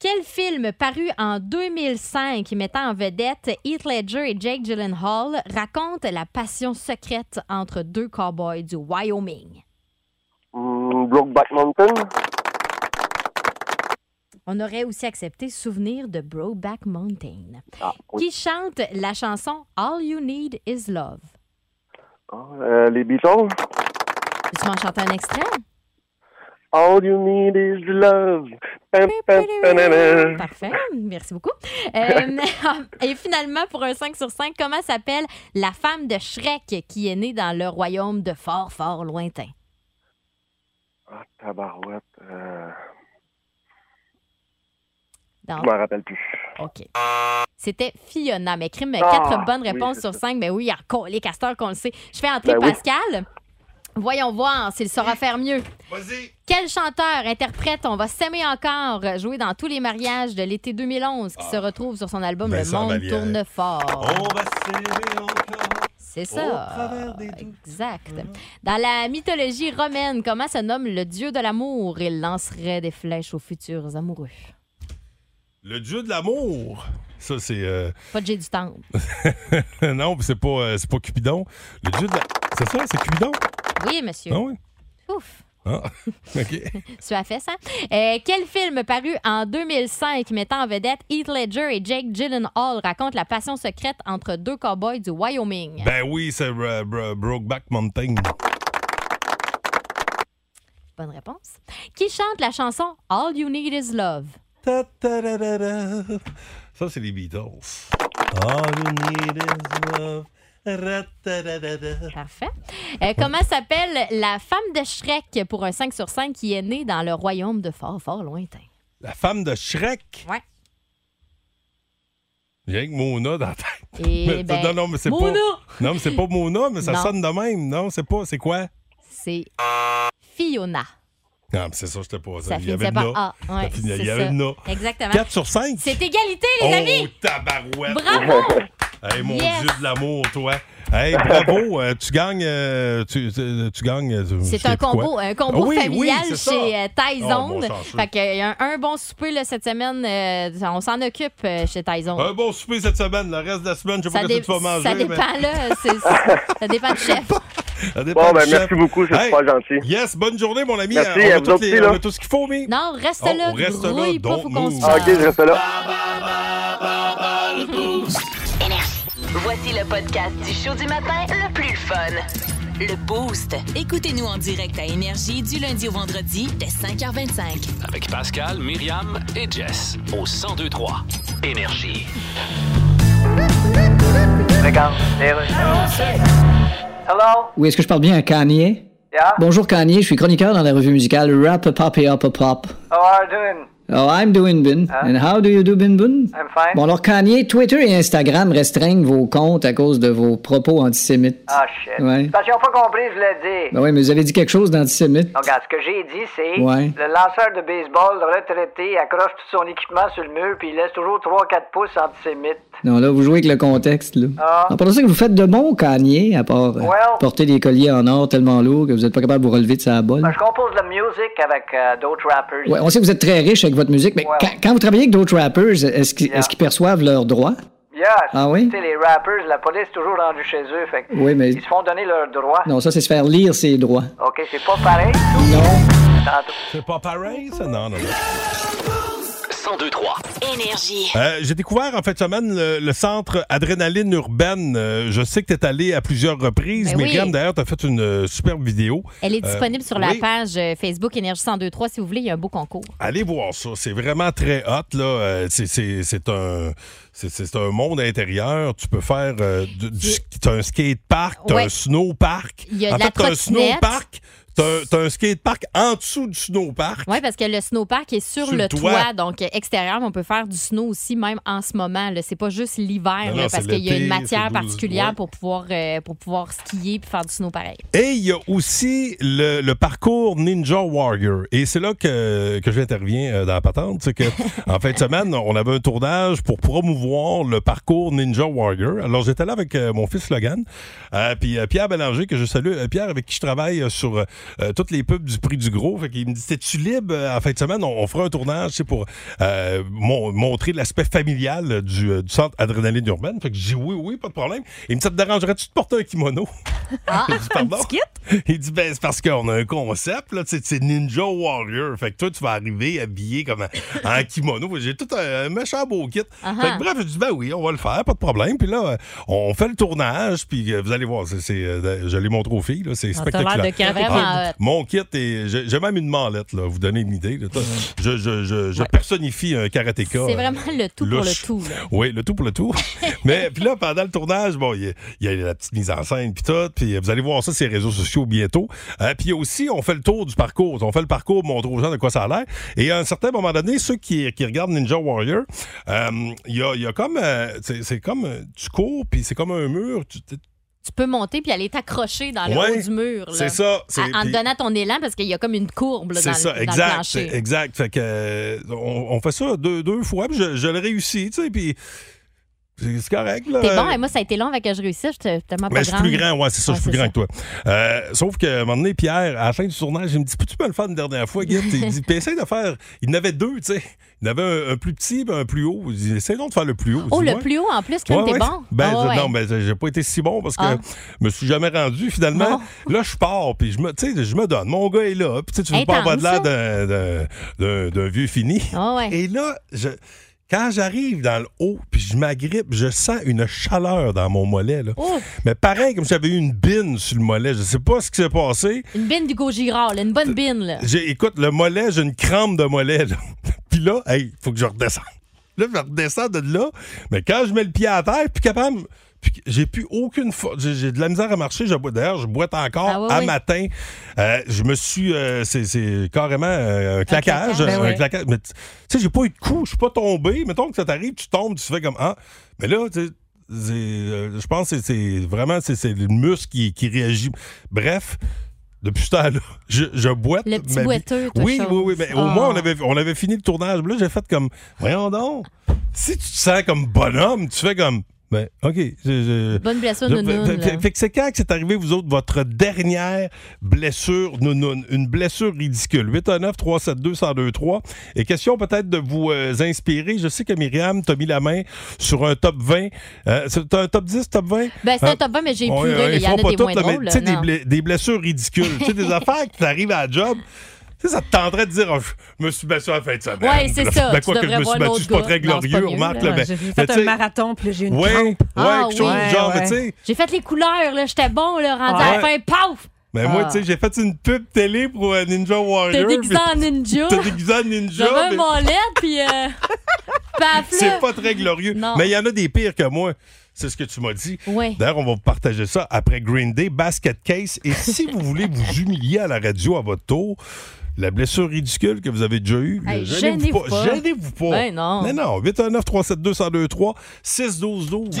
[SPEAKER 7] Quel film paru en 2005 mettant en vedette Heath Ledger et Jake Gyllenhaal raconte la passion secrète entre deux cowboys du Wyoming?
[SPEAKER 9] Hum, Brokeback Mountain.
[SPEAKER 7] On aurait aussi accepté Souvenir de Brokeback Mountain.
[SPEAKER 9] Ah, oui.
[SPEAKER 7] Qui chante la chanson All You Need Is Love?
[SPEAKER 9] Ah, euh, les Beatles.
[SPEAKER 7] Tu m'en chantes un extrait?
[SPEAKER 9] All you need is love. Pam, pam, panana.
[SPEAKER 7] Parfait, merci beaucoup. Euh, et finalement, pour un 5 sur 5, comment s'appelle la femme de Shrek qui est née dans le royaume de fort, fort lointain?
[SPEAKER 9] Ah, tabarouette. Euh,
[SPEAKER 7] Dans-
[SPEAKER 9] je m'en rappelle plus.
[SPEAKER 7] OK. C'était Fiona, mais crime,
[SPEAKER 9] Ah,
[SPEAKER 7] quatre bonnes
[SPEAKER 9] oui,
[SPEAKER 7] réponses
[SPEAKER 9] c'est
[SPEAKER 7] sur cinq. Ben oui, encore les casteurs qu'on le sait. Je fais entrer
[SPEAKER 9] Ben oui.
[SPEAKER 7] Pascal. Voyons voir s'il saura faire mieux.
[SPEAKER 3] Vas-y.
[SPEAKER 7] Quel chanteur, interprète, on va s'aimer encore, joué dans tous les mariages de l'été 2011,
[SPEAKER 3] Ah.
[SPEAKER 7] qui se retrouve sur son album
[SPEAKER 3] Vincent
[SPEAKER 7] Le Monde
[SPEAKER 3] Vallière.
[SPEAKER 7] tourne fort.
[SPEAKER 3] On va serrer encore.
[SPEAKER 7] C'est
[SPEAKER 3] Oh. Au
[SPEAKER 7] ça.
[SPEAKER 3] travers des doutes. Mhm.
[SPEAKER 7] Exact. Dans la mythologie romaine, comment se nomme le dieu de l'amour? Il lancerait des flèches aux futurs amoureux.
[SPEAKER 3] Le dieu de l'amour. Ça, c'est. euh,
[SPEAKER 7] Pas de J du temps.
[SPEAKER 3] non, c'est pas, euh, c'est pas Cupidon. Le dieu de la. C'est ça, c'est Cupidon?
[SPEAKER 7] Oui, monsieur.
[SPEAKER 3] Ah oui.
[SPEAKER 7] Ouf.
[SPEAKER 3] Ah, OK.
[SPEAKER 7] Tu as fait ça. Euh, quel film paru en 2005 mettant en vedette Heath Ledger et Jake Gyllenhaal raconte la passion secrète entre deux cowboys du Wyoming?
[SPEAKER 3] Ben oui, c'est euh, Bro- Brokeback Mountain.
[SPEAKER 7] Bonne réponse. Qui chante la chanson All You Need Is Love?
[SPEAKER 3] Ta ta ra ra ra. Ça, c'est les Beatles. All you need is love. Ra ta ra ra ra.
[SPEAKER 7] Parfait. Euh, comment s'appelle la femme de Shrek pour un 5 sur 5 qui est née dans le royaume de fort, fort lointain?
[SPEAKER 3] La femme de Shrek.
[SPEAKER 7] Ouais.
[SPEAKER 3] J'ai rien que Mona dans la tête.
[SPEAKER 7] Et
[SPEAKER 3] Mais-
[SPEAKER 7] ben,
[SPEAKER 3] non, non, mais c'est
[SPEAKER 7] Mona!
[SPEAKER 3] pas. Non, mais c'est pas Mona, mais ça
[SPEAKER 7] Non.
[SPEAKER 3] sonne de même. Non, c'est pas. C'est quoi?
[SPEAKER 7] C'est Fiona.
[SPEAKER 3] Non, mais c'est ça, je te pose.
[SPEAKER 7] Ça
[SPEAKER 3] Ben, Il y avait
[SPEAKER 7] finissait
[SPEAKER 3] une
[SPEAKER 7] par
[SPEAKER 3] là.
[SPEAKER 7] A. Ouais,
[SPEAKER 3] Ça finit-
[SPEAKER 7] c'est
[SPEAKER 3] Il y avait
[SPEAKER 7] ça.
[SPEAKER 3] une là.
[SPEAKER 7] Exactement.
[SPEAKER 3] 4 sur 5.
[SPEAKER 7] C'est égalité, les amis!
[SPEAKER 3] Oh, tabarouette!
[SPEAKER 7] Bravo!
[SPEAKER 3] Hey, mon
[SPEAKER 7] Yes!
[SPEAKER 3] Dieu de l'amour, toi! Hey, bravo! euh, tu gagnes. euh, tu, tu- tu gagnes. euh, je
[SPEAKER 7] C'est
[SPEAKER 3] sais
[SPEAKER 7] un
[SPEAKER 3] plus quoi.
[SPEAKER 7] combo, un combo
[SPEAKER 3] Ah oui,
[SPEAKER 7] familial
[SPEAKER 3] oui, c'est ça.
[SPEAKER 7] chez euh, Taizone.
[SPEAKER 3] Oh, bon chanceux.
[SPEAKER 7] fait qu'il y a un, un bon souper là, cette semaine. euh, on s'en occupe euh, chez Taizone.
[SPEAKER 3] Oh. Un bon souper cette semaine. Le reste de la semaine, Ah, je sais pas ce que
[SPEAKER 7] dé-
[SPEAKER 3] tu vas manger.
[SPEAKER 7] ça
[SPEAKER 3] mais-
[SPEAKER 7] dépend, là. c'est- ça dépend du chef.
[SPEAKER 3] Ça dépend
[SPEAKER 9] Bon,
[SPEAKER 3] du
[SPEAKER 9] ben,
[SPEAKER 3] chef.
[SPEAKER 9] merci beaucoup, c'est
[SPEAKER 3] Hey,
[SPEAKER 9] super gentil.
[SPEAKER 3] Yes, bonne journée, mon ami.
[SPEAKER 9] Merci,
[SPEAKER 3] on,
[SPEAKER 9] à
[SPEAKER 3] a
[SPEAKER 9] vous
[SPEAKER 3] toutes
[SPEAKER 9] autres
[SPEAKER 3] les-
[SPEAKER 9] aussi,
[SPEAKER 3] on
[SPEAKER 9] là.
[SPEAKER 3] a tout ce qu'il faut, mais.
[SPEAKER 7] Non, reste
[SPEAKER 3] Oh,
[SPEAKER 7] là.
[SPEAKER 3] reste là,
[SPEAKER 7] grouille pas,
[SPEAKER 3] don't
[SPEAKER 7] faut qu'on se
[SPEAKER 3] move.
[SPEAKER 9] Ah, ok,
[SPEAKER 7] parle.
[SPEAKER 9] je reste là.
[SPEAKER 1] Voici le podcast du show du matin le plus fun. Le Boost.
[SPEAKER 6] Écoutez-nous en direct à Énergie du lundi au vendredi dès 5h25.
[SPEAKER 2] Avec Pascal, Myriam et Jess au 1023 Énergie.
[SPEAKER 10] Regarde, Hello?
[SPEAKER 5] Oui, est-ce que je parle bien à Kanye?
[SPEAKER 10] Yeah?
[SPEAKER 5] Bonjour Kanye, je suis chroniqueur dans la revue musicale Rap a Pop et Up a Pop.
[SPEAKER 10] How are you doing?
[SPEAKER 5] Oh, I'm doing bin. And how do you do bin bin?
[SPEAKER 10] I'm fine.
[SPEAKER 5] Bon, alors Kanye, Twitter et Instagram restreignent vos comptes à cause de vos propos antisémites.
[SPEAKER 10] Ah, shit.
[SPEAKER 5] Ouais.
[SPEAKER 10] Parce qu'ils n'ont pas compris, je l'ai dit.
[SPEAKER 5] Ben oui, mais vous avez dit quelque chose d'antisémite.
[SPEAKER 10] Donc, regarde, ce que j'ai dit, c'est
[SPEAKER 5] Ouais.
[SPEAKER 10] le lanceur de baseball retraité accroche tout son équipement sur le mur puis il laisse toujours 3-4 pouces antisémites.
[SPEAKER 5] Non, là, vous jouez avec le contexte, là.
[SPEAKER 10] Ah.
[SPEAKER 5] En pensant que vous faites de bons Kanye, à part euh,
[SPEAKER 10] Well.
[SPEAKER 5] porter des colliers en or tellement lourds que vous n'êtes pas capable de vous relever de sa bolle.
[SPEAKER 10] Ben, je compose de la musique avec euh, d'autres rappers.
[SPEAKER 5] Ouais, on sait que vous êtes très riche avec votre musique, mais
[SPEAKER 10] Ouais.
[SPEAKER 5] quand, quand vous travaillez avec d'autres rappers, est-ce qu'ils est-ce qu'ils perçoivent leurs droits?
[SPEAKER 10] Yes.
[SPEAKER 5] Ah oui?
[SPEAKER 10] Tu sais, les rappers, la police est toujours rendue chez eux. Fait que
[SPEAKER 5] Oui, mais-
[SPEAKER 10] Ils se font donner leurs droits.
[SPEAKER 5] Non, ça, c'est se faire lire ses droits.
[SPEAKER 10] OK, c'est pas pareil.
[SPEAKER 3] C'est pas pareil, ça? Non, non, non.
[SPEAKER 2] 1023
[SPEAKER 6] Énergie.
[SPEAKER 3] Euh, J'ai découvert en fin de semaine le, le centre Adrénaline Urbaine. Euh, je sais que tu es allé à plusieurs reprises.
[SPEAKER 7] Ben oui.
[SPEAKER 3] Myriam, d'ailleurs, tu as fait une euh, superbe vidéo.
[SPEAKER 7] Elle est
[SPEAKER 3] Euh,
[SPEAKER 7] disponible sur la
[SPEAKER 3] oui.
[SPEAKER 7] page euh, Facebook Énergie 1023 si vous voulez, il y a un beau concours.
[SPEAKER 3] Allez voir ça, c'est vraiment très hot là. Euh, c'est- c'est c'est un c'est- c'est un monde intérieur. Tu peux faire euh, du, du sk- t'as un skate park, t'as
[SPEAKER 7] Ouais.
[SPEAKER 3] un snow park.
[SPEAKER 7] Il y a de la
[SPEAKER 3] t'as un
[SPEAKER 7] trottinette.
[SPEAKER 3] snow park, t'as un- t'as un skate park en dessous du snow park.
[SPEAKER 7] Oui, parce que le snowpark est sur,
[SPEAKER 3] Sur
[SPEAKER 7] le
[SPEAKER 3] le
[SPEAKER 7] toit,
[SPEAKER 3] toit.
[SPEAKER 7] donc euh, extérieur, mais on peut faire du snow aussi, même en ce moment. là. C'est pas juste l'hiver,
[SPEAKER 3] Non,
[SPEAKER 7] là,
[SPEAKER 3] non,
[SPEAKER 7] parce
[SPEAKER 3] c'est
[SPEAKER 7] qu'il y a une
[SPEAKER 3] l'été,
[SPEAKER 7] matière
[SPEAKER 3] c'est douze-
[SPEAKER 7] particulière
[SPEAKER 3] ouais.
[SPEAKER 7] pour, pouvoir, euh, pour pouvoir skier puis faire du snow pareil.
[SPEAKER 3] Et il y a aussi le, le parcours Ninja Warrior. Et c'est là que, que j'interviens euh, dans la patente. C'est que, en fin de semaine, on avait un tournage pour promouvoir le parcours Ninja Warrior. Alors, j'étais là avec euh, mon fils Logan, euh, puis euh, Pierre Bélanger, que je salue. Euh, Pierre, avec qui je travaille euh, sur euh, euh, toutes les pubs du prix du gros. Fait qu'il me dit T'es-tu libre euh, en fin de semaine On, on fera un tournage c'est pour euh, mon- montrer l'aspect familial euh, du, euh, du centre Adrénaline Urbaine. Fait que j'ai dit Oui, oui, pas de problème. Il me dit Ça te dérangerait-tu de porter un kimono
[SPEAKER 8] Ah,
[SPEAKER 3] J'ai dit, Pardon? Il dit, ben, c'est parce qu'on a un concept, là, tu sais, c'est Ninja Warrior. Fait que toi, tu vas arriver habillé comme en- en kimono. J'ai tout un, un méchant beau kit.
[SPEAKER 8] Ah,
[SPEAKER 7] Uh-huh.
[SPEAKER 3] Fait que bref, je dis, ben oui, on va le faire, pas de problème. Puis là, euh, on fait le tournage, puis euh, vous allez voir, c'est, c'est, euh, je l'ai montré aux filles, là, c'est
[SPEAKER 8] Ah, T'as l'air de euh,
[SPEAKER 3] spectaculaire. Ah,
[SPEAKER 8] karaté
[SPEAKER 7] Vraiment
[SPEAKER 8] kid.
[SPEAKER 7] hot.
[SPEAKER 3] Mon kit, est, j'ai, j'ai même une mallette, là, vous donner une idée. là.
[SPEAKER 8] Mm.
[SPEAKER 3] Je, je- je- je personnifie un karatéka.
[SPEAKER 7] C'est
[SPEAKER 3] euh,
[SPEAKER 7] vraiment le tout
[SPEAKER 3] louche.
[SPEAKER 7] pour le tout. là.
[SPEAKER 3] oui, le tout pour le tout. Mais puis là, pendant le tournage, bon, il y, a- il y a la petite mise en scène, puis tout. Puis euh, vous allez voir ça sur les réseaux sociaux bientôt. Euh, puis aussi, on fait le tour du parcours. On fait le parcours, montrer aux gens de quoi ça a l'air. Et à un certain moment donné, ceux qui, qui regardent Ninja Warrior, euh, il y, a, il y a comme. euh, c'est c'est comme. euh, Tu cours, puis c'est comme un mur. Tu- tu-
[SPEAKER 7] Tu peux monter puis aller t'accrocher dans le
[SPEAKER 3] Ouais,
[SPEAKER 7] haut du mur. là.
[SPEAKER 3] C'est ça.
[SPEAKER 7] À-
[SPEAKER 3] c'est-
[SPEAKER 7] en te
[SPEAKER 3] puis-
[SPEAKER 7] donnant ton élan, parce qu'il y a comme une courbe là, dans,
[SPEAKER 3] C'est
[SPEAKER 7] le-
[SPEAKER 3] ça,
[SPEAKER 7] dans le
[SPEAKER 3] exact,
[SPEAKER 7] plancher.
[SPEAKER 3] exact. Fait que euh, on, on fait ça deux, deux fois, puis je, je le réussis, tu sais, puis c'est c'est correct. là.
[SPEAKER 7] T'es bon, et moi, ça a été long avec que je réussisse. J'étais tellement pas
[SPEAKER 3] Mais je suis plus
[SPEAKER 7] grande.
[SPEAKER 3] grand, ouais, c'est ça, je suis
[SPEAKER 7] Ouais,
[SPEAKER 3] plus grand
[SPEAKER 7] c'est
[SPEAKER 3] que toi. Euh, sauf qu'à un moment donné, Pierre, à la fin du tournage, il me dit Peux-tu me le faire une dernière fois, Guy Il dit Puis essaye de faire. Il y en avait deux, tu sais. Il y en avait un, un plus petit et un plus haut. Il dit Essaye donc de faire le plus haut.
[SPEAKER 7] Oh,
[SPEAKER 3] Je dis,
[SPEAKER 7] le
[SPEAKER 3] Ouais.
[SPEAKER 7] plus haut en plus, quand
[SPEAKER 3] Ouais,
[SPEAKER 7] t'es
[SPEAKER 3] ouais.
[SPEAKER 7] bon.
[SPEAKER 3] Ben,
[SPEAKER 7] Ah,
[SPEAKER 3] je-
[SPEAKER 7] ouais.
[SPEAKER 3] Non, ben, j'ai pas été si bon parce que
[SPEAKER 7] Ah.
[SPEAKER 3] je me suis jamais rendu finalement.
[SPEAKER 7] Non.
[SPEAKER 3] Là, je pars, puis je me, tu sais, je me donne. Mon gars est là, puis tu sais, tu veux pas
[SPEAKER 7] Intense,
[SPEAKER 3] avoir de l'air d'un- d'un- d'un d'un vieux fini.
[SPEAKER 7] Ah, ouais.
[SPEAKER 3] Et là, je- quand j'arrive dans le haut, puis je m'agrippe, je sens une chaleur dans mon mollet. Là.
[SPEAKER 7] Oh,
[SPEAKER 3] Mais pareil, comme si j'avais eu une bine sur le mollet. Je sais pas ce qui s'est passé.
[SPEAKER 7] une bine du Gogirard, là, une bonne bine. Là.
[SPEAKER 3] J'ai, écoute, le mollet, j'ai une crampe de mollet. Là. puis là, hey, faut que je redescende. Là, je redescends de là. Mais quand je mets le pied à terre, puis capable. Puis j'ai plus aucune force. J'ai, j'ai de la misère à marcher. Je bois- d'ailleurs, je boite encore
[SPEAKER 7] Ah ouais,
[SPEAKER 3] à
[SPEAKER 7] ouais.
[SPEAKER 3] matin. Euh, je me suis. euh, c'est, c'est carrément euh, un claquage.
[SPEAKER 7] claquage,
[SPEAKER 8] ben
[SPEAKER 3] un
[SPEAKER 8] ouais.
[SPEAKER 3] claquage. Mais tu sais, j'ai pas eu de coup. Je suis pas tombé. Mettons que ça t'arrive, tu tombes, tu fais comme. Ah. Mais là, tu sais, c'est, euh, je pense que c'est, c'est vraiment c'est, c'est le muscle qui, qui réagit. Bref, depuis ce temps-là, je, je boite.
[SPEAKER 7] Le petit
[SPEAKER 3] ma vie.
[SPEAKER 7] boiteux, toi,
[SPEAKER 3] Oui,
[SPEAKER 7] chose.
[SPEAKER 3] oui, oui. Mais au
[SPEAKER 7] Ah.
[SPEAKER 3] moins, on avait, on avait fini le tournage. Là, j'ai fait comme, voyons donc, si tu te sens comme bonhomme, tu fais comme, ben, OK. je- je-
[SPEAKER 7] Bonne blessure,
[SPEAKER 3] je-
[SPEAKER 7] nounoun.
[SPEAKER 3] fait-
[SPEAKER 7] là.
[SPEAKER 3] fait- fait que c'est quand que c'est arrivé, vous autres, votre dernière blessure, nounoun? Une blessure ridicule. 819-372-1023. Et question peut-être de vous euh, inspirer. Je sais que Myriam t'a mis la main sur un top 20. Euh, c'est un top 10, top 20?
[SPEAKER 7] Ben, c'est
[SPEAKER 3] Euh,
[SPEAKER 7] un top 20, mais j'ai
[SPEAKER 3] Ouais,
[SPEAKER 7] épuré.
[SPEAKER 3] ouais,
[SPEAKER 7] là. Il
[SPEAKER 3] ils
[SPEAKER 7] y en
[SPEAKER 3] feront
[SPEAKER 7] a
[SPEAKER 3] pas
[SPEAKER 7] des
[SPEAKER 3] toutes,
[SPEAKER 7] moins
[SPEAKER 3] là, mais
[SPEAKER 7] drôles.
[SPEAKER 3] tu sais,
[SPEAKER 7] là.
[SPEAKER 3] des,
[SPEAKER 7] Non.
[SPEAKER 3] bla- des blessures ridicules. tu sais, des affaires qui t'arrivent à la job. Tu sais, ça te tenterait de dire, Oh, je me suis battu à la fin de semaine.
[SPEAKER 7] Ouais,
[SPEAKER 3] Puis
[SPEAKER 7] c'est
[SPEAKER 3] là,
[SPEAKER 7] ça.
[SPEAKER 3] ben,
[SPEAKER 7] Tu
[SPEAKER 3] quoi que je
[SPEAKER 7] devrais
[SPEAKER 3] me suis
[SPEAKER 7] voir
[SPEAKER 3] battu,
[SPEAKER 7] l'autre
[SPEAKER 3] c'est pas
[SPEAKER 7] gars.
[SPEAKER 3] très
[SPEAKER 7] Non, c'est pas
[SPEAKER 3] glorieux,
[SPEAKER 7] mieux,
[SPEAKER 3] remarque.
[SPEAKER 7] là. Ah
[SPEAKER 3] là, ben,
[SPEAKER 8] J'ai fait
[SPEAKER 3] mais tu
[SPEAKER 8] un
[SPEAKER 3] sais,
[SPEAKER 8] marathon, puis là, j'ai une
[SPEAKER 3] Ouais, ouais,
[SPEAKER 8] crampe.
[SPEAKER 3] quelque chose du genre, mais tu sais.
[SPEAKER 7] J'ai fait les couleurs, là. J'étais bon, là, rendu à la fin,
[SPEAKER 3] Ouais.
[SPEAKER 7] paf!
[SPEAKER 3] Mais Ben, moi,
[SPEAKER 7] Ah.
[SPEAKER 3] tu sais, j'ai fait une pub télé pour euh, Ninja
[SPEAKER 7] T'es
[SPEAKER 3] Warrior.
[SPEAKER 7] déguisé
[SPEAKER 3] puis-
[SPEAKER 7] en ninja.
[SPEAKER 3] T'es déguisé en ninja.
[SPEAKER 7] J'avais un
[SPEAKER 3] mais
[SPEAKER 7] mollet, puis. euh, paf, là.
[SPEAKER 3] C'est pas très glorieux.
[SPEAKER 7] Non.
[SPEAKER 3] Mais il y en a des pires que moi. C'est ce que tu m'as dit.
[SPEAKER 7] Ouais.
[SPEAKER 3] D'ailleurs, on va vous partager ça après Green Day, Basket Case. Et si vous voulez vous humilier à la radio à votre tour, la blessure ridicule que vous avez déjà eue,
[SPEAKER 7] Hey,
[SPEAKER 3] gênez-vous
[SPEAKER 7] gênez-vous
[SPEAKER 3] pas.
[SPEAKER 7] pas.
[SPEAKER 3] Gênez-vous pas.
[SPEAKER 7] Ben non.
[SPEAKER 3] Mais non, 819-372-1023, 612-12.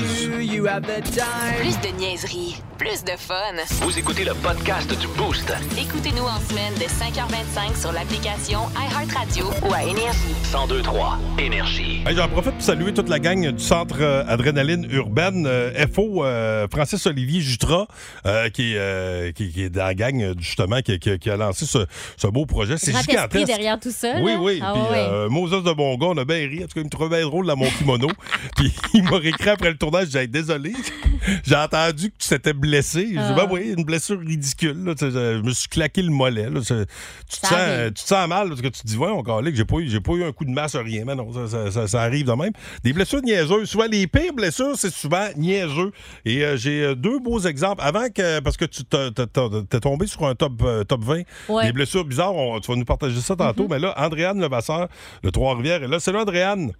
[SPEAKER 6] Plus de niaiserie, plus de fun.
[SPEAKER 2] Vous écoutez le podcast du Boost.
[SPEAKER 6] Écoutez-nous en semaine de 5h25 sur l'application iHeartRadio ou à Énergie.
[SPEAKER 2] 1023 Énergie.
[SPEAKER 3] Hey, J'en profite pour saluer toute la gang du centre euh, adrénaline urbaine euh, FO, euh, Francis Olivier Jutras, euh, qui, est, euh, qui, qui est dans la gang euh, justement qui, qui- qui a lancé ce, ce beau projet. C'est
[SPEAKER 7] Grand esprit
[SPEAKER 3] gigantesque.
[SPEAKER 7] derrière tout ça.
[SPEAKER 3] Oui,
[SPEAKER 7] là.
[SPEAKER 3] oui.
[SPEAKER 7] Ah,
[SPEAKER 3] puis
[SPEAKER 7] ouais.
[SPEAKER 3] euh, Moses de Bongo, on a bien ri. En tout cas, il me trouvait bien drôle dans mon kimono. puis il m'a récrit après le tournage. J'ai dit, désolé. J'ai entendu que tu t'étais blessé. J'ai dit,
[SPEAKER 7] Ah.
[SPEAKER 3] ben oui, une blessure ridicule. là. Tu sais, Je me suis claqué le mollet. là. C'est- Tu te,
[SPEAKER 7] Ça
[SPEAKER 3] sens,
[SPEAKER 7] arrive.
[SPEAKER 3] tu te sens mal parce que tu te dis, ouais, on calait que j'ai pas, eu- j'ai pas eu un coup de masse, rien. Mais non, ça, ça- ça- ça arrive de même. Des blessures niaiseuses. Souvent, les pires blessures, c'est souvent niaiseux. Et euh, j'ai euh, deux beaux exemples. Avant que, parce que tu t'es- t'es t'es- t'es tombé sur un top, euh, top 20
[SPEAKER 7] Ouais.
[SPEAKER 3] des blessures bizarres, on- tu vas nous partager ça tantôt. Mais là, Andréane Levasseur de Trois-Rivières est là. C'est là, Andréane.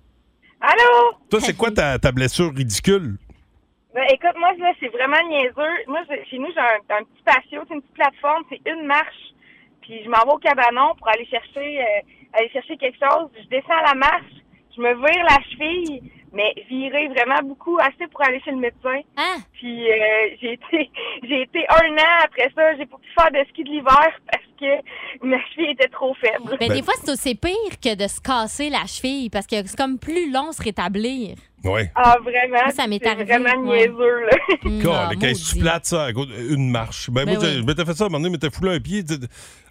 [SPEAKER 11] Allô?
[SPEAKER 3] Toi, c'est quoi ta, ta blessure ridicule?
[SPEAKER 11] Ben, écoute, moi, là, c'est vraiment niaiseux. Moi, je- chez nous, j'ai un, un petit patio, c'est une petite plateforme, c'est une marche. Puis je m'en vais au cabanon pour aller chercher, euh, aller chercher quelque chose. Je descends la marche, je me vire la cheville, mais virer vraiment beaucoup, assez pour aller chez le médecin.
[SPEAKER 7] Ah!
[SPEAKER 11] Puis euh, j'ai été, j'ai été un an après ça, j'ai pas pu faire de ski de l'hiver parce que ma cheville était trop faible.
[SPEAKER 7] Ben, des fois, c'est aussi pire que de se casser la cheville parce que c'est comme plus long se rétablir.
[SPEAKER 3] Oui.
[SPEAKER 11] Ah, vraiment?
[SPEAKER 7] Ça m'est
[SPEAKER 11] c'est
[SPEAKER 7] arrivé, Mm.
[SPEAKER 11] vraiment
[SPEAKER 7] ouais.
[SPEAKER 11] niaiseux, là.
[SPEAKER 7] Ah,
[SPEAKER 3] Quand tu plates ça, écoute, une marche. Ben,
[SPEAKER 11] Ben
[SPEAKER 3] moi, je-
[SPEAKER 11] oui.
[SPEAKER 3] je m'étais fait ça à un moment donné, je m'étais foulé un pied. tu-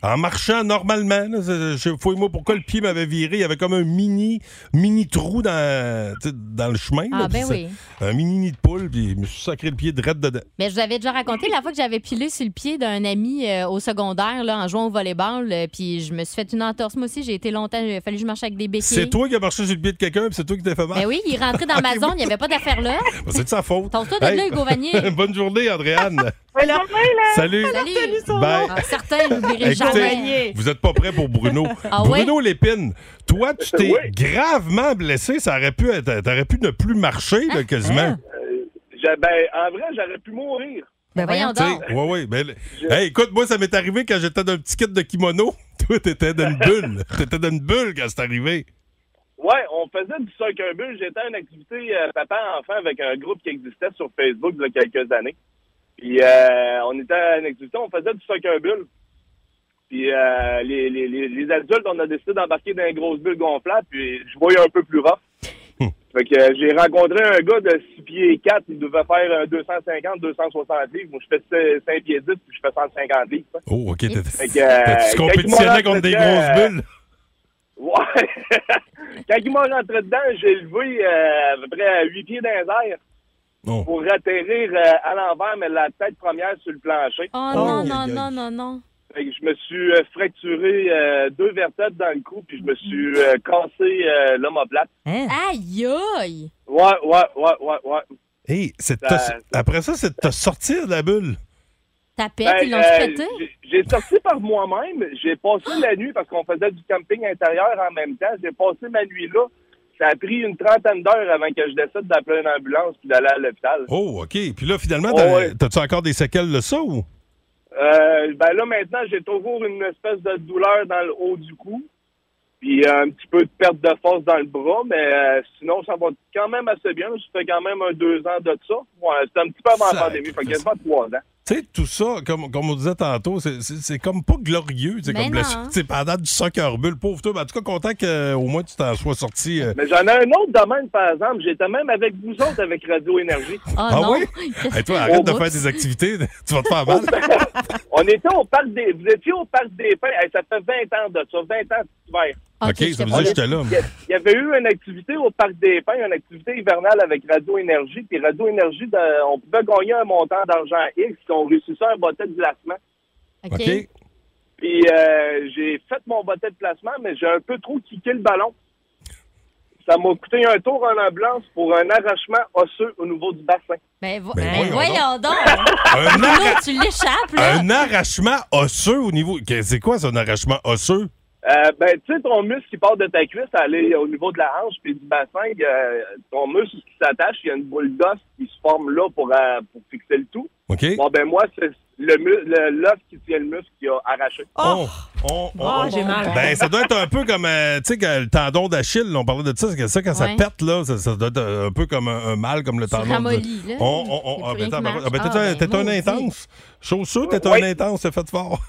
[SPEAKER 3] En marchant normalement, là, c'est- je moi pourquoi le pied m'avait viré. Il y avait comme un mini, mini trou dans, tu sais, dans le chemin. là,
[SPEAKER 7] Ah,
[SPEAKER 3] puis
[SPEAKER 7] ben
[SPEAKER 3] c'est-
[SPEAKER 7] oui.
[SPEAKER 3] Un mini nid de poule, puis je me suis sacré le pied direct dedans.
[SPEAKER 7] Mais je vous avais déjà raconté la fois que j'avais pilé sur le pied d'un ami euh, au secondaire là, en jouant au volleyball. euh, puis je me suis fait une entorse. Moi aussi, j'ai été longtemps. Il a fallu que je marche avec des béquilles.
[SPEAKER 3] C'est toi qui as marché sur le pied de quelqu'un, puis c'est toi qui t'es fait mal.
[SPEAKER 7] Ben oui, il rentrait dans ma
[SPEAKER 3] Ok,
[SPEAKER 7] zone. Il n'y avait pas d'affaire là.
[SPEAKER 3] bon, C'est de sa faute.
[SPEAKER 7] Tente-toi de là, Hugo Vanier.
[SPEAKER 3] Bonne journée, Andréane. Salut. Bye.
[SPEAKER 7] Ah, Certains, je l'oublierai jamais.
[SPEAKER 3] vous n'êtes pas prêt pour Bruno.
[SPEAKER 7] Ah ouais?
[SPEAKER 3] Bruno Lépine, toi, tu t'es gravement blessé. Ça aurait pu être, t'aurais pu ne plus marcher,
[SPEAKER 7] Ah,
[SPEAKER 3] là,
[SPEAKER 7] hein?
[SPEAKER 3] quasiment.
[SPEAKER 12] J'ai- Ben, en vrai, j'aurais pu mourir.
[SPEAKER 7] Ben, voyons donc.
[SPEAKER 3] Oui, oui. écoute, moi, ça m'est arrivé quand j'étais dans un petit kit de kimono. Toi, t'étais dans une bulle. t'étais dans une bulle quand c'est arrivé.
[SPEAKER 12] Ouais, on faisait du soccer bull. J'étais à une activité euh, papa-enfant avec un groupe qui existait sur Facebook il y a quelques années. Puis euh, on était à une activité, on faisait du soccer bull. Puis euh, les, les- les- les adultes, on a décidé d'embarquer dans une grosse bulle gonflable. Puis je voyais un peu plus rough. Fait que euh, j'ai rencontré un gars de 6 pieds 4, il devait faire euh, 250, 260 livres. Moi, je fais 5 pieds 10, puis je fais 150 livres.
[SPEAKER 3] Oh, OK. T'étais
[SPEAKER 12] Fait que, euh,
[SPEAKER 3] t'as-tu
[SPEAKER 12] quand il
[SPEAKER 3] compétitionné
[SPEAKER 12] m'a
[SPEAKER 3] contre des
[SPEAKER 12] rentré,
[SPEAKER 3] grosses
[SPEAKER 12] euh,
[SPEAKER 3] bulles.
[SPEAKER 12] Ouais. Quand il m'a rentré dedans, j'ai levé euh, à peu près 8 pieds dans les airs
[SPEAKER 3] Oh.
[SPEAKER 12] pour atterrir euh, à l'envers, mais la tête première sur le plancher.
[SPEAKER 7] Oh non, non, non, non, non.
[SPEAKER 12] Fait que je me suis euh, fracturé euh, deux vertèbres dans le cou, puis je me suis euh, cassé euh, l'omoplate.
[SPEAKER 7] Hein? Aïe, aïe.
[SPEAKER 12] Ouais, ouais, ouais, ouais, ouais.
[SPEAKER 3] Hey, c'est de
[SPEAKER 12] Ça-
[SPEAKER 3] te- après ça, c'est de te sortir de la bulle.
[SPEAKER 7] Ta pète,
[SPEAKER 12] Ben,
[SPEAKER 7] Ah, ils l'ont
[SPEAKER 12] euh,
[SPEAKER 7] traité.
[SPEAKER 12] j'ai- J'ai sorti par moi-même. J'ai passé la nuit parce qu'on faisait du camping intérieur en même temps. J'ai passé ma nuit là. Ça a pris une trentaine d'heures avant que je décide d'appeler une ambulance puis d'aller à l'hôpital.
[SPEAKER 3] Oh, OK. Puis là, finalement,
[SPEAKER 12] Oh,
[SPEAKER 3] t'as-
[SPEAKER 12] ouais.
[SPEAKER 3] t'as-tu encore des séquelles de ça ou?
[SPEAKER 12] Euh, ben là, maintenant, j'ai toujours une espèce de douleur dans le haut du cou. Puis euh, un petit peu de perte de force dans le bras, mais euh, sinon, ça va quand même assez bien. Ça fait quand même un deux ans de ça. Ouais, c'est un petit peu avant la
[SPEAKER 3] Sacre.
[SPEAKER 12] pandémie, fait quasiment trois ans.
[SPEAKER 3] Tu sais, tout ça, comme, comme on disait tantôt, c'est- c'est c'est comme pas glorieux, tu sais,
[SPEAKER 12] Mais
[SPEAKER 3] comme
[SPEAKER 12] non.
[SPEAKER 3] blessure. Tu sais, pendant du soccer bulle, pauvre toi. Ben, en tout cas, content qu'au moins tu t'en sois sorti. euh.
[SPEAKER 12] Mais j'en ai un autre domaine, par exemple. J'étais même avec vous autres, avec Radio Énergie.
[SPEAKER 3] ah oui? Hey, toi, arrête de
[SPEAKER 12] Oups.
[SPEAKER 3] faire des activités, tu vas te faire mal.
[SPEAKER 12] On était au parc des. Vous étiez au parc des Pins. Hey, ça fait 20 ans de ça, 20 ans cet hiver.
[SPEAKER 3] Ok, Ok, ça veut dire que j'étais là, moi.
[SPEAKER 12] Il y a- Il y avait eu une activité au parc des Pins, une activité hivernale avec Radio Énergie. Puis Radio Énergie, de- on pouvait gagner un montant d'argent X si on réussissait un bottet de glacement.
[SPEAKER 3] OK.
[SPEAKER 12] Puis Puis euh, j'ai fait mon bottet de placement, mais j'ai un peu trop kické le ballon. Ça m'a coûté un tour en ambulance pour un arrachement osseux au niveau du bassin.
[SPEAKER 7] Ben, vo-
[SPEAKER 3] Ben
[SPEAKER 7] ben
[SPEAKER 3] voyons
[SPEAKER 7] voyons donc.
[SPEAKER 3] Un
[SPEAKER 7] Bruno,
[SPEAKER 3] arra-
[SPEAKER 7] tu l'échappes, là.
[SPEAKER 3] Un arrachement osseux au niveau. Qu'est- C'est quoi, ça, un arrachement osseux?
[SPEAKER 12] Euh, ben, tu sais, ton muscle qui part de ta cuisse, elle est au niveau de la hanche puis du bassin, euh, ton muscle qui s'attache, il y a une boule d'os qui se forme là pour, euh, pour fixer le tout.
[SPEAKER 3] OK.
[SPEAKER 12] Bon, ben moi, c'est le mu- le- l'os qui tient le muscle qui a arraché.
[SPEAKER 3] Oh!
[SPEAKER 12] Ah, j'ai mal.
[SPEAKER 3] Ben, ça doit être un peu comme, euh, tu sais, que le tendon d'Achille, là, on parlait de ça, c'est que ça, quand ça
[SPEAKER 12] Ouais.
[SPEAKER 3] pète, là, ça, ça doit être un peu comme un, un mal, comme le tendon.
[SPEAKER 12] ramollit,
[SPEAKER 3] de...
[SPEAKER 12] là.
[SPEAKER 3] On, on, on-
[SPEAKER 12] Il y a
[SPEAKER 3] ah, ben,
[SPEAKER 12] plus rien qui
[SPEAKER 3] attends,
[SPEAKER 12] marche.
[SPEAKER 3] ah, ben, t'es
[SPEAKER 12] Ah,
[SPEAKER 3] un-
[SPEAKER 12] ben,
[SPEAKER 3] t'es un
[SPEAKER 12] maudit.
[SPEAKER 3] intense. Chaussure, t'es
[SPEAKER 12] Ouais.
[SPEAKER 3] un intense, t'es fait fort.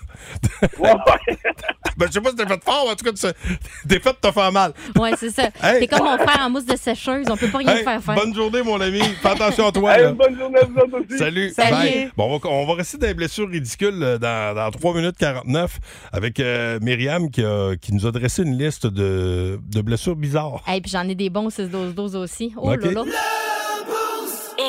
[SPEAKER 3] ben, je sais pas si t'es fait fort, en tout cas, tu sais, t'es fait de te faire mal.
[SPEAKER 7] Ouais, c'est ça.
[SPEAKER 3] Hey.
[SPEAKER 7] T'es comme mon frère en mousse de sécheuse. On peut pas rien
[SPEAKER 3] Hey,
[SPEAKER 7] faire faire.
[SPEAKER 3] Bonne journée, mon ami. Fais attention à toi.
[SPEAKER 12] Hey,
[SPEAKER 3] là.
[SPEAKER 12] bonne journée à vous autres aussi.
[SPEAKER 3] Salut.
[SPEAKER 7] Salut.
[SPEAKER 3] Bye. Bon, on va- on va rester dans les blessures ridicules euh, dans, dans 3 minutes 49 avec euh, Myriam qui, a- qui nous a dressé une liste de, de blessures bizarres.
[SPEAKER 7] Hey, puis j'en ai des bons au 6-12-12 aussi. Oh
[SPEAKER 3] OK.
[SPEAKER 7] là là.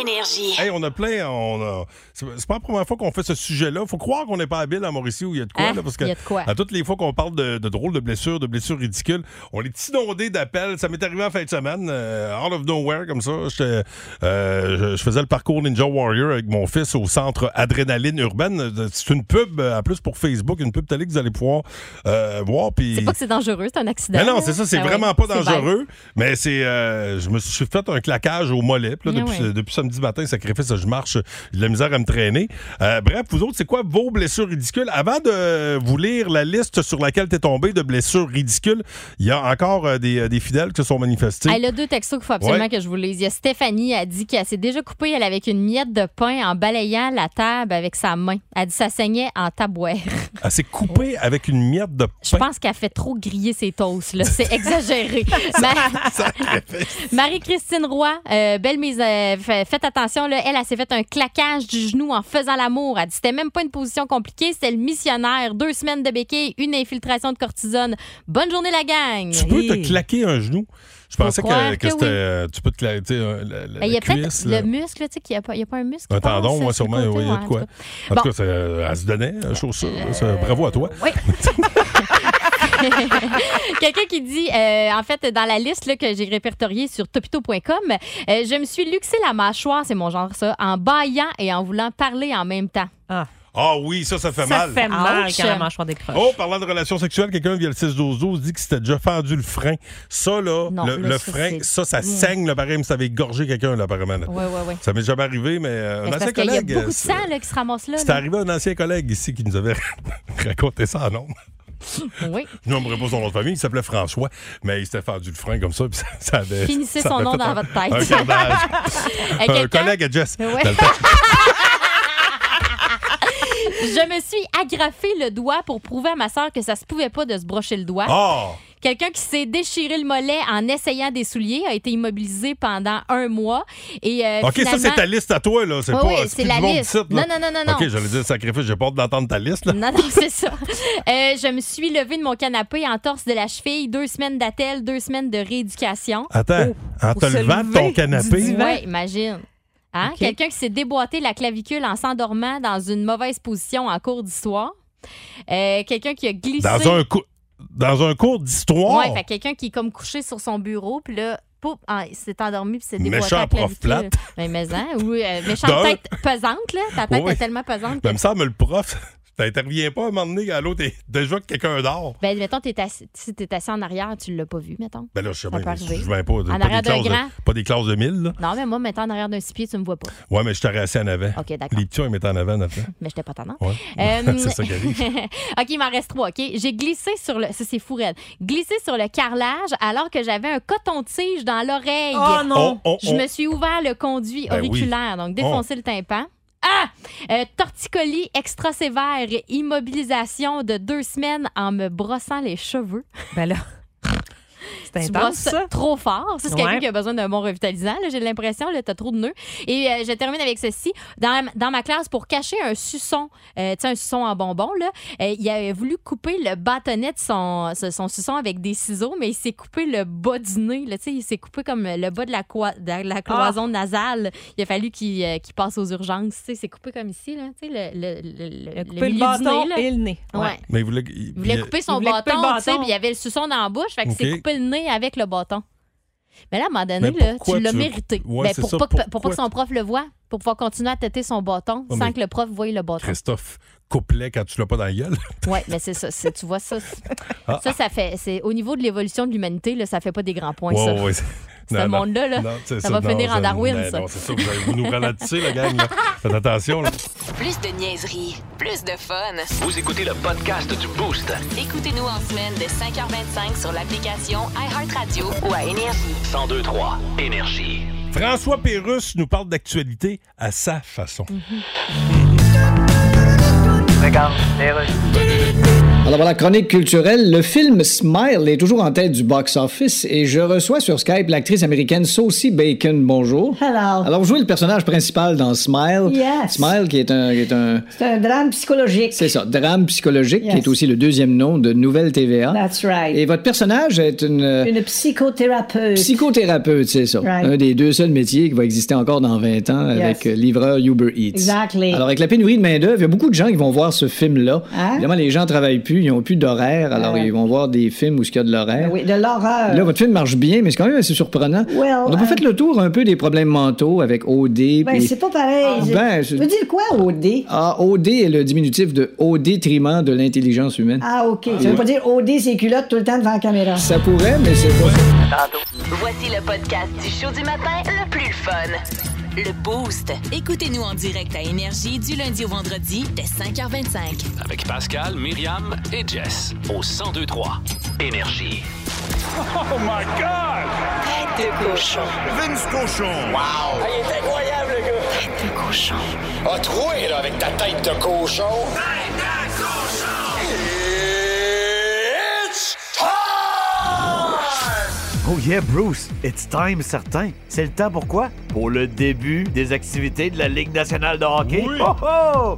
[SPEAKER 6] Énergie.
[SPEAKER 3] Hey, on a plein. On a... C'est c'est pas la première fois qu'on fait ce sujet-là. Faut croire qu'on n'est pas habile à Mauricie où il y a de quoi.
[SPEAKER 7] Ah,
[SPEAKER 3] là, parce que
[SPEAKER 7] il y a de quoi.
[SPEAKER 3] À toutes les fois qu'on parle de, de drôles de blessures, de blessures ridicules, on est inondé d'appels. Ça m'est arrivé en fin de semaine, euh, out of nowhere, comme ça. J'étais, euh, je, je faisais le parcours Ninja Warrior avec mon fils au centre Adrénaline Urbaine. C'est une pub, euh, en plus pour Facebook, une pub télé que vous allez pouvoir euh, voir. puis-
[SPEAKER 7] C'est pas que c'est dangereux, c'est un accident.
[SPEAKER 3] mais non,
[SPEAKER 7] là.
[SPEAKER 3] c'est ça, c'est
[SPEAKER 7] Ben ouais,
[SPEAKER 3] vraiment pas
[SPEAKER 7] c'est
[SPEAKER 3] dangereux. Mais c'est, euh, je me suis fait un claquage au mollet. puis là,
[SPEAKER 7] Ah
[SPEAKER 3] depuis,
[SPEAKER 7] ouais.
[SPEAKER 3] depuis samedi matin, sacrifice, je marche, j'ai de la misère à me traîner. Euh, bref, vous autres, c'est quoi vos blessures ridicules? Avant de vous lire la liste sur laquelle t'es tombé de blessures ridicules, il y a encore euh, des, euh, des fidèles qui se sont manifestés.
[SPEAKER 7] Elle a deux textos qu'il faut absolument
[SPEAKER 3] Ouais.
[SPEAKER 7] que je vous lise. Il y a Stéphanie, elle dit qu'elle s'est déjà coupée, elle, avec une miette de pain en balayant la table avec sa main. Elle dit que ça saignait en tabouère.
[SPEAKER 3] Elle s'est coupée Ah, avec une miette de
[SPEAKER 7] Je
[SPEAKER 3] pain.
[SPEAKER 7] pense qu'elle fait trop griller ses toasts, là. C'est exagéré. Ma- Marie-Christine Roy, euh, belle mise, euh, fa- faites attention, là, elle, elle s'est fait un claquage du genou en faisant l'amour. Elle dit c'était même pas une position compliquée, c'était le missionnaire. Deux semaines de béquille, une infiltration de cortisone. Bonne journée, la gang!
[SPEAKER 3] Tu peux te claquer un genou. Je pensais
[SPEAKER 7] Faut croire
[SPEAKER 3] que, que
[SPEAKER 7] que
[SPEAKER 3] c'était,
[SPEAKER 7] oui.
[SPEAKER 3] euh, tu peux te claquer tu sais, euh, la, la-
[SPEAKER 7] Ben, Il y
[SPEAKER 3] la
[SPEAKER 7] a peut-être
[SPEAKER 3] cuisse,
[SPEAKER 7] le
[SPEAKER 3] là.
[SPEAKER 7] muscle, tu sais, qu'il n'y a, pas- il y a pas un muscle.
[SPEAKER 3] Un
[SPEAKER 7] qui passe
[SPEAKER 3] tendon,
[SPEAKER 7] sur
[SPEAKER 3] moi,
[SPEAKER 7] le
[SPEAKER 3] sûrement,
[SPEAKER 7] côté,
[SPEAKER 3] oui, il y a
[SPEAKER 7] ouais,
[SPEAKER 3] de
[SPEAKER 7] hein, en
[SPEAKER 3] quoi.
[SPEAKER 7] tout
[SPEAKER 3] En
[SPEAKER 7] Bon.
[SPEAKER 3] tout cas, c'est, euh, elle se donnait, euh, chaussure. ça, bravo à toi.
[SPEAKER 7] Oui. Quelqu'un qui dit, euh, en fait, dans la liste là, que j'ai répertoriée sur topito.com, euh, je me suis luxé la mâchoire, c'est mon genre ça, en baillant et en voulant parler en même temps.
[SPEAKER 3] Ah oui, ça, ça fait mal.
[SPEAKER 7] Ouch.
[SPEAKER 3] Oh, parlant de relations sexuelles, quelqu'un via le 6-12-12 dit que c'était déjà fendu le frein. Ça, là,
[SPEAKER 7] Non,
[SPEAKER 3] le,
[SPEAKER 7] là,
[SPEAKER 3] le
[SPEAKER 7] ça,
[SPEAKER 3] frein,
[SPEAKER 7] c'est-
[SPEAKER 3] ça, ça
[SPEAKER 7] Mm.
[SPEAKER 3] saigne, le pareil, mais ça avait égorgé quelqu'un, là, apparemment. là.
[SPEAKER 7] Ouais, ouais, ouais.
[SPEAKER 3] Ça m'est jamais arrivé, mais euh,
[SPEAKER 7] Mais
[SPEAKER 3] un
[SPEAKER 7] c'est
[SPEAKER 3] ancien
[SPEAKER 7] parce qu'il y a
[SPEAKER 3] collègue.
[SPEAKER 7] beaucoup de
[SPEAKER 3] euh,
[SPEAKER 7] sang là, qui se ramasse là.
[SPEAKER 3] C'était
[SPEAKER 7] là.
[SPEAKER 3] arrivé à un ancien collègue ici qui nous avait raconté ça en nombre.
[SPEAKER 7] Oui.
[SPEAKER 3] Je nommerai pas son nom de famille, il s'appelait François, mais il s'était fendu le frein comme ça, puis ça, ça avait.
[SPEAKER 7] Finissez
[SPEAKER 3] ça
[SPEAKER 7] son
[SPEAKER 3] avait
[SPEAKER 7] nom
[SPEAKER 3] fait
[SPEAKER 7] dans
[SPEAKER 3] un-
[SPEAKER 7] votre tête.
[SPEAKER 3] Un, carnage.
[SPEAKER 7] Et
[SPEAKER 3] un
[SPEAKER 7] Euh, quelqu'un-
[SPEAKER 3] collègue à Jess.
[SPEAKER 7] Ouais.
[SPEAKER 3] Dans le temps.
[SPEAKER 7] Je me suis agrafé le doigt pour prouver à ma sœur que ça se pouvait pas de se brocher le doigt.
[SPEAKER 3] Oh!
[SPEAKER 7] Quelqu'un qui s'est déchiré le mollet en essayant des souliers a été immobilisé pendant un mois. Et, euh,
[SPEAKER 3] OK, ça, c'est
[SPEAKER 7] finalement-
[SPEAKER 3] ta liste à toi, là. C'est
[SPEAKER 7] Oui,
[SPEAKER 3] pas.
[SPEAKER 7] oui,
[SPEAKER 3] c'est
[SPEAKER 7] c'est
[SPEAKER 3] plus
[SPEAKER 7] la
[SPEAKER 3] du monde
[SPEAKER 7] liste.
[SPEAKER 3] ici, là.
[SPEAKER 7] Non, non, non, non, non.
[SPEAKER 3] OK, j'allais dire sacrifice, j'ai peur d'entendre ta liste, là.
[SPEAKER 7] Non, non, c'est ça. Euh, je me suis levée de mon canapé en torse de la cheville, deux semaines d'attel, deux semaines de rééducation.
[SPEAKER 3] Attends, en
[SPEAKER 7] Oh, Pour
[SPEAKER 3] te
[SPEAKER 7] se
[SPEAKER 3] levant de
[SPEAKER 7] lever
[SPEAKER 3] ton
[SPEAKER 7] du
[SPEAKER 3] canapé.
[SPEAKER 7] divan. Ouais, imagine. Hein?
[SPEAKER 3] OK.
[SPEAKER 7] Quelqu'un qui s'est déboîté la clavicule en s'endormant dans une mauvaise position en cours d'histoire. Euh, quelqu'un qui a glissé.
[SPEAKER 3] Dans un, cou- dans un cours d'histoire.
[SPEAKER 7] Ouais, fait quelqu'un qui est comme couché sur son bureau, puis là, pouf, ah, il s'est endormi, puis s'est déboîté
[SPEAKER 3] Méchant
[SPEAKER 7] la
[SPEAKER 3] prof
[SPEAKER 7] clavicule.
[SPEAKER 3] plate.
[SPEAKER 7] Ben, mais, hein, ou euh, méchante
[SPEAKER 3] D'un.
[SPEAKER 7] tête pesante, là. Ta tête
[SPEAKER 3] Oui.
[SPEAKER 7] est tellement pesante.
[SPEAKER 3] Ben, me semble, le prof, t'interviens pas à un moment donné, à l'autre, t'es déjà que quelqu'un dort.
[SPEAKER 7] Ben, mettons, t'es assis, si t'es assis en arrière, tu l'as pas vu, mettons.
[SPEAKER 3] Ben là, je sais
[SPEAKER 7] Ça
[SPEAKER 3] bien,
[SPEAKER 7] peut
[SPEAKER 3] je
[SPEAKER 7] arriver.
[SPEAKER 3] viens pas, pas,
[SPEAKER 7] En
[SPEAKER 3] des
[SPEAKER 7] arrière d'un
[SPEAKER 3] classes de,
[SPEAKER 7] grand.
[SPEAKER 3] pas des classes de 1000, là.
[SPEAKER 7] Non, mais moi, maintenant, en arrière d'un six pieds, tu me vois pas.
[SPEAKER 3] Ouais, mais je t'aurais assis en avant.
[SPEAKER 7] OK, d'accord.
[SPEAKER 3] Les petits, ils mettaient en avant, en avant.
[SPEAKER 7] Mais j'étais pas tannante.
[SPEAKER 3] Ouais.
[SPEAKER 7] Euh,
[SPEAKER 3] c'est ça qui arrive.
[SPEAKER 7] OK, il m'en reste trois, OK? J'ai glissé sur le... Ça, c'est fou, raide. Glissé sur le carrelage alors que j'avais un coton-tige dans l'oreille.
[SPEAKER 3] Oh, non! Oh, oh,
[SPEAKER 7] Je
[SPEAKER 3] oh.
[SPEAKER 7] me suis ouvert le conduit
[SPEAKER 3] Ben oui. Oh.
[SPEAKER 7] auriculaire, donc défoncé le tympan. Ah! Euh, torticolis extra sévère, immobilisation de deux semaines en me brossant les cheveux.
[SPEAKER 8] Ben là, C'est
[SPEAKER 7] tu
[SPEAKER 8] intense,
[SPEAKER 7] brosses
[SPEAKER 8] ça.
[SPEAKER 7] trop fort. Ça, c'est quelqu'un
[SPEAKER 8] Ouais.
[SPEAKER 7] qui a besoin d'un bon revitalisant. là, J'ai l'impression, là, t'as trop de nœuds. Et euh, je termine avec ceci. Dans, dans ma classe, pour cacher un suçon, euh, tu sais, un suçon en bonbon, là, euh, il avait voulu couper le bâtonnet de son, ce- son suçon avec des ciseaux, mais il s'est coupé le bas du nez. Là, tu sais, il s'est coupé comme le bas de la, coi- de la cloison
[SPEAKER 8] Ah!
[SPEAKER 7] nasale. Il a fallu qu'il euh, qu'il passe aux urgences. Tu sais, c'est coupé comme ici, là, tu sais, le, le, le, le,
[SPEAKER 8] coupé le
[SPEAKER 7] milieu du
[SPEAKER 8] bâton
[SPEAKER 7] nez, là.
[SPEAKER 8] et le nez.
[SPEAKER 7] Ouais.
[SPEAKER 8] Ouais.
[SPEAKER 3] Mais il voulait, il-
[SPEAKER 7] Il voulait couper son
[SPEAKER 8] Il voulait couper
[SPEAKER 7] bâton,
[SPEAKER 8] le
[SPEAKER 7] tu sais,
[SPEAKER 8] bâton.
[SPEAKER 7] puis il y avait le suçon dans la bouche, fait que c'est
[SPEAKER 3] Ok.
[SPEAKER 7] coupé le nez avec le bâton. Mais là, à un moment donné,
[SPEAKER 3] Mais
[SPEAKER 7] là,
[SPEAKER 3] pourquoi
[SPEAKER 7] tu l'as
[SPEAKER 3] tu veux-
[SPEAKER 7] mérité.
[SPEAKER 3] Ouais,
[SPEAKER 7] Ben,
[SPEAKER 3] c'est
[SPEAKER 7] pour,
[SPEAKER 3] ça,
[SPEAKER 7] pas que, pour pas
[SPEAKER 3] pourquoi
[SPEAKER 7] que son prof le voie, pour pouvoir continuer à têter son bâton
[SPEAKER 3] Ouais,
[SPEAKER 7] sans
[SPEAKER 3] mais-
[SPEAKER 7] que le prof voie le bâton.
[SPEAKER 3] Christophe, coupe-les quand tu l'as pas dans la gueule.
[SPEAKER 7] Oui, mais c'est ça. c'est- Tu vois, ça, c'est-
[SPEAKER 3] Ah.
[SPEAKER 7] ça, ça fait. c'est- Au niveau de l'évolution de l'humanité, là, ça fait pas des grands points,
[SPEAKER 3] Ouais,
[SPEAKER 7] ça.
[SPEAKER 3] ouais, c'est-
[SPEAKER 7] Ce
[SPEAKER 3] Non, non.
[SPEAKER 7] monde-là, là,
[SPEAKER 3] Non, c'est
[SPEAKER 7] ça, va
[SPEAKER 3] non,
[SPEAKER 7] finir en
[SPEAKER 3] ça-
[SPEAKER 7] Darwin,
[SPEAKER 3] ben
[SPEAKER 7] ça.
[SPEAKER 3] non, c'est ça, vous, allez- vous nous ralentissez, la gang. là. Faites attention. Là.
[SPEAKER 6] Plus de niaiserie, plus de fun.
[SPEAKER 2] Vous écoutez le podcast du Boost.
[SPEAKER 6] Écoutez-nous en semaine de 5h25 sur l'application iHeartRadio ou à Énergie.
[SPEAKER 2] 1023 Énergie.
[SPEAKER 3] François Pérusse nous parle d'actualité à sa façon.
[SPEAKER 10] Regarde, les rues.
[SPEAKER 4] Alors voilà, chronique culturelle. Le film Smile est toujours en tête du box-office et je reçois sur Skype l'actrice américaine Saucy Bacon. Bonjour.
[SPEAKER 5] Hello.
[SPEAKER 4] Alors, vous jouez le personnage principal dans Smile.
[SPEAKER 5] Yes.
[SPEAKER 4] Smile qui est un... qui est un-
[SPEAKER 5] C'est un drame psychologique.
[SPEAKER 4] C'est ça, drame psychologique, qui
[SPEAKER 5] Yes.
[SPEAKER 4] est aussi le deuxième nom de Nouvelle TVA.
[SPEAKER 5] That's right.
[SPEAKER 4] Et votre personnage est une... euh,
[SPEAKER 5] Une psychothérapeute.
[SPEAKER 4] Psychothérapeute, c'est ça.
[SPEAKER 5] Right.
[SPEAKER 4] Un des deux seuls métiers qui va exister encore dans 20 ans avec euh, livreur Uber Eats.
[SPEAKER 5] Exactly.
[SPEAKER 4] Alors, avec la pénurie de main-d'œuvre, il y a beaucoup de gens qui vont voir ce film-là.
[SPEAKER 5] Hein?
[SPEAKER 4] Évidemment, les gens travaillent plus, ils n'ont plus d'horaire, alors
[SPEAKER 5] Ouais.
[SPEAKER 4] ils vont voir des films où il y a de l'horaire.
[SPEAKER 5] oui, de l'horreur.
[SPEAKER 4] Là, votre film marche bien, mais c'est quand même assez surprenant.
[SPEAKER 5] Well,
[SPEAKER 4] On n'a pas
[SPEAKER 5] euh,
[SPEAKER 4] fait le tour un peu des problèmes mentaux avec OD.
[SPEAKER 5] Ben,
[SPEAKER 4] puis-
[SPEAKER 5] c'est pas pareil.
[SPEAKER 4] Ah.
[SPEAKER 5] Je-
[SPEAKER 4] Ben,
[SPEAKER 5] Tu
[SPEAKER 4] c'est-
[SPEAKER 5] veux dire quoi, OD?
[SPEAKER 4] Ah, OD est le diminutif de au détriment de l'intelligence humaine.
[SPEAKER 5] Ah, OK. Ça
[SPEAKER 4] Ouais.
[SPEAKER 5] veut pas dire OD, c'est culotte tout le temps devant la caméra.
[SPEAKER 4] Ça pourrait, mais c'est pas
[SPEAKER 1] Voici le podcast du show du matin le plus fun.
[SPEAKER 6] Le Boost. Écoutez-nous en direct à Énergie du lundi au vendredi dès 5h25.
[SPEAKER 2] Avec Pascal, Myriam et Jess au 1023 Énergie.
[SPEAKER 13] Oh my God! Tête de cochon. Vince cochon. Wow! il est incroyable, le gars! Tête de cochon. A troué, là, avec ta tête de cochon. Tête de cochon! It's time!
[SPEAKER 14] Oh yeah, Bruce, it's time certain. C'est le temps pour quoi? Pour le début des activités de la Ligue nationale de hockey.
[SPEAKER 13] Oui.
[SPEAKER 14] Oh, oh!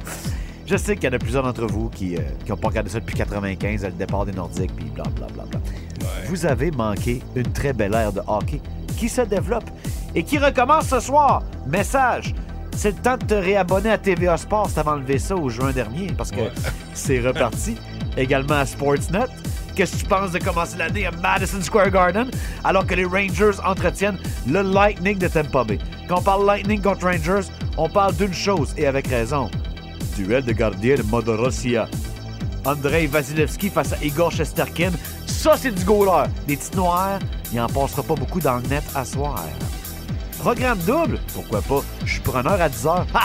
[SPEAKER 14] Je sais qu'il y en a plusieurs d'entre vous qui n'ont pas regardé ça depuis 95, le départ des Nordiques, puis blablabla. Vous avez manqué une très belle ère de hockey qui se développe et qui recommence ce soir. Message! C'est le temps de te réabonner à TVA Sports avant levé ça au juin dernier parce que c'est reparti. Également à Sportsnet. Qu'est-ce que tu penses de commencer l'année à Madison Square Garden alors que les Rangers entretiennent le Lightning de Tampa Bay? Quand on parle Lightning contre Rangers, on parle d'une chose et avec raison. Duel de gardien de Modorossia. Andrei Vasilevski face à Igor Shesterkin. Ça, c'est du goaler. Des petits noirs, il en passera pas beaucoup dans le net à soir. Programme double, pourquoi pas? Je suis preneur à 10 heures. Ha!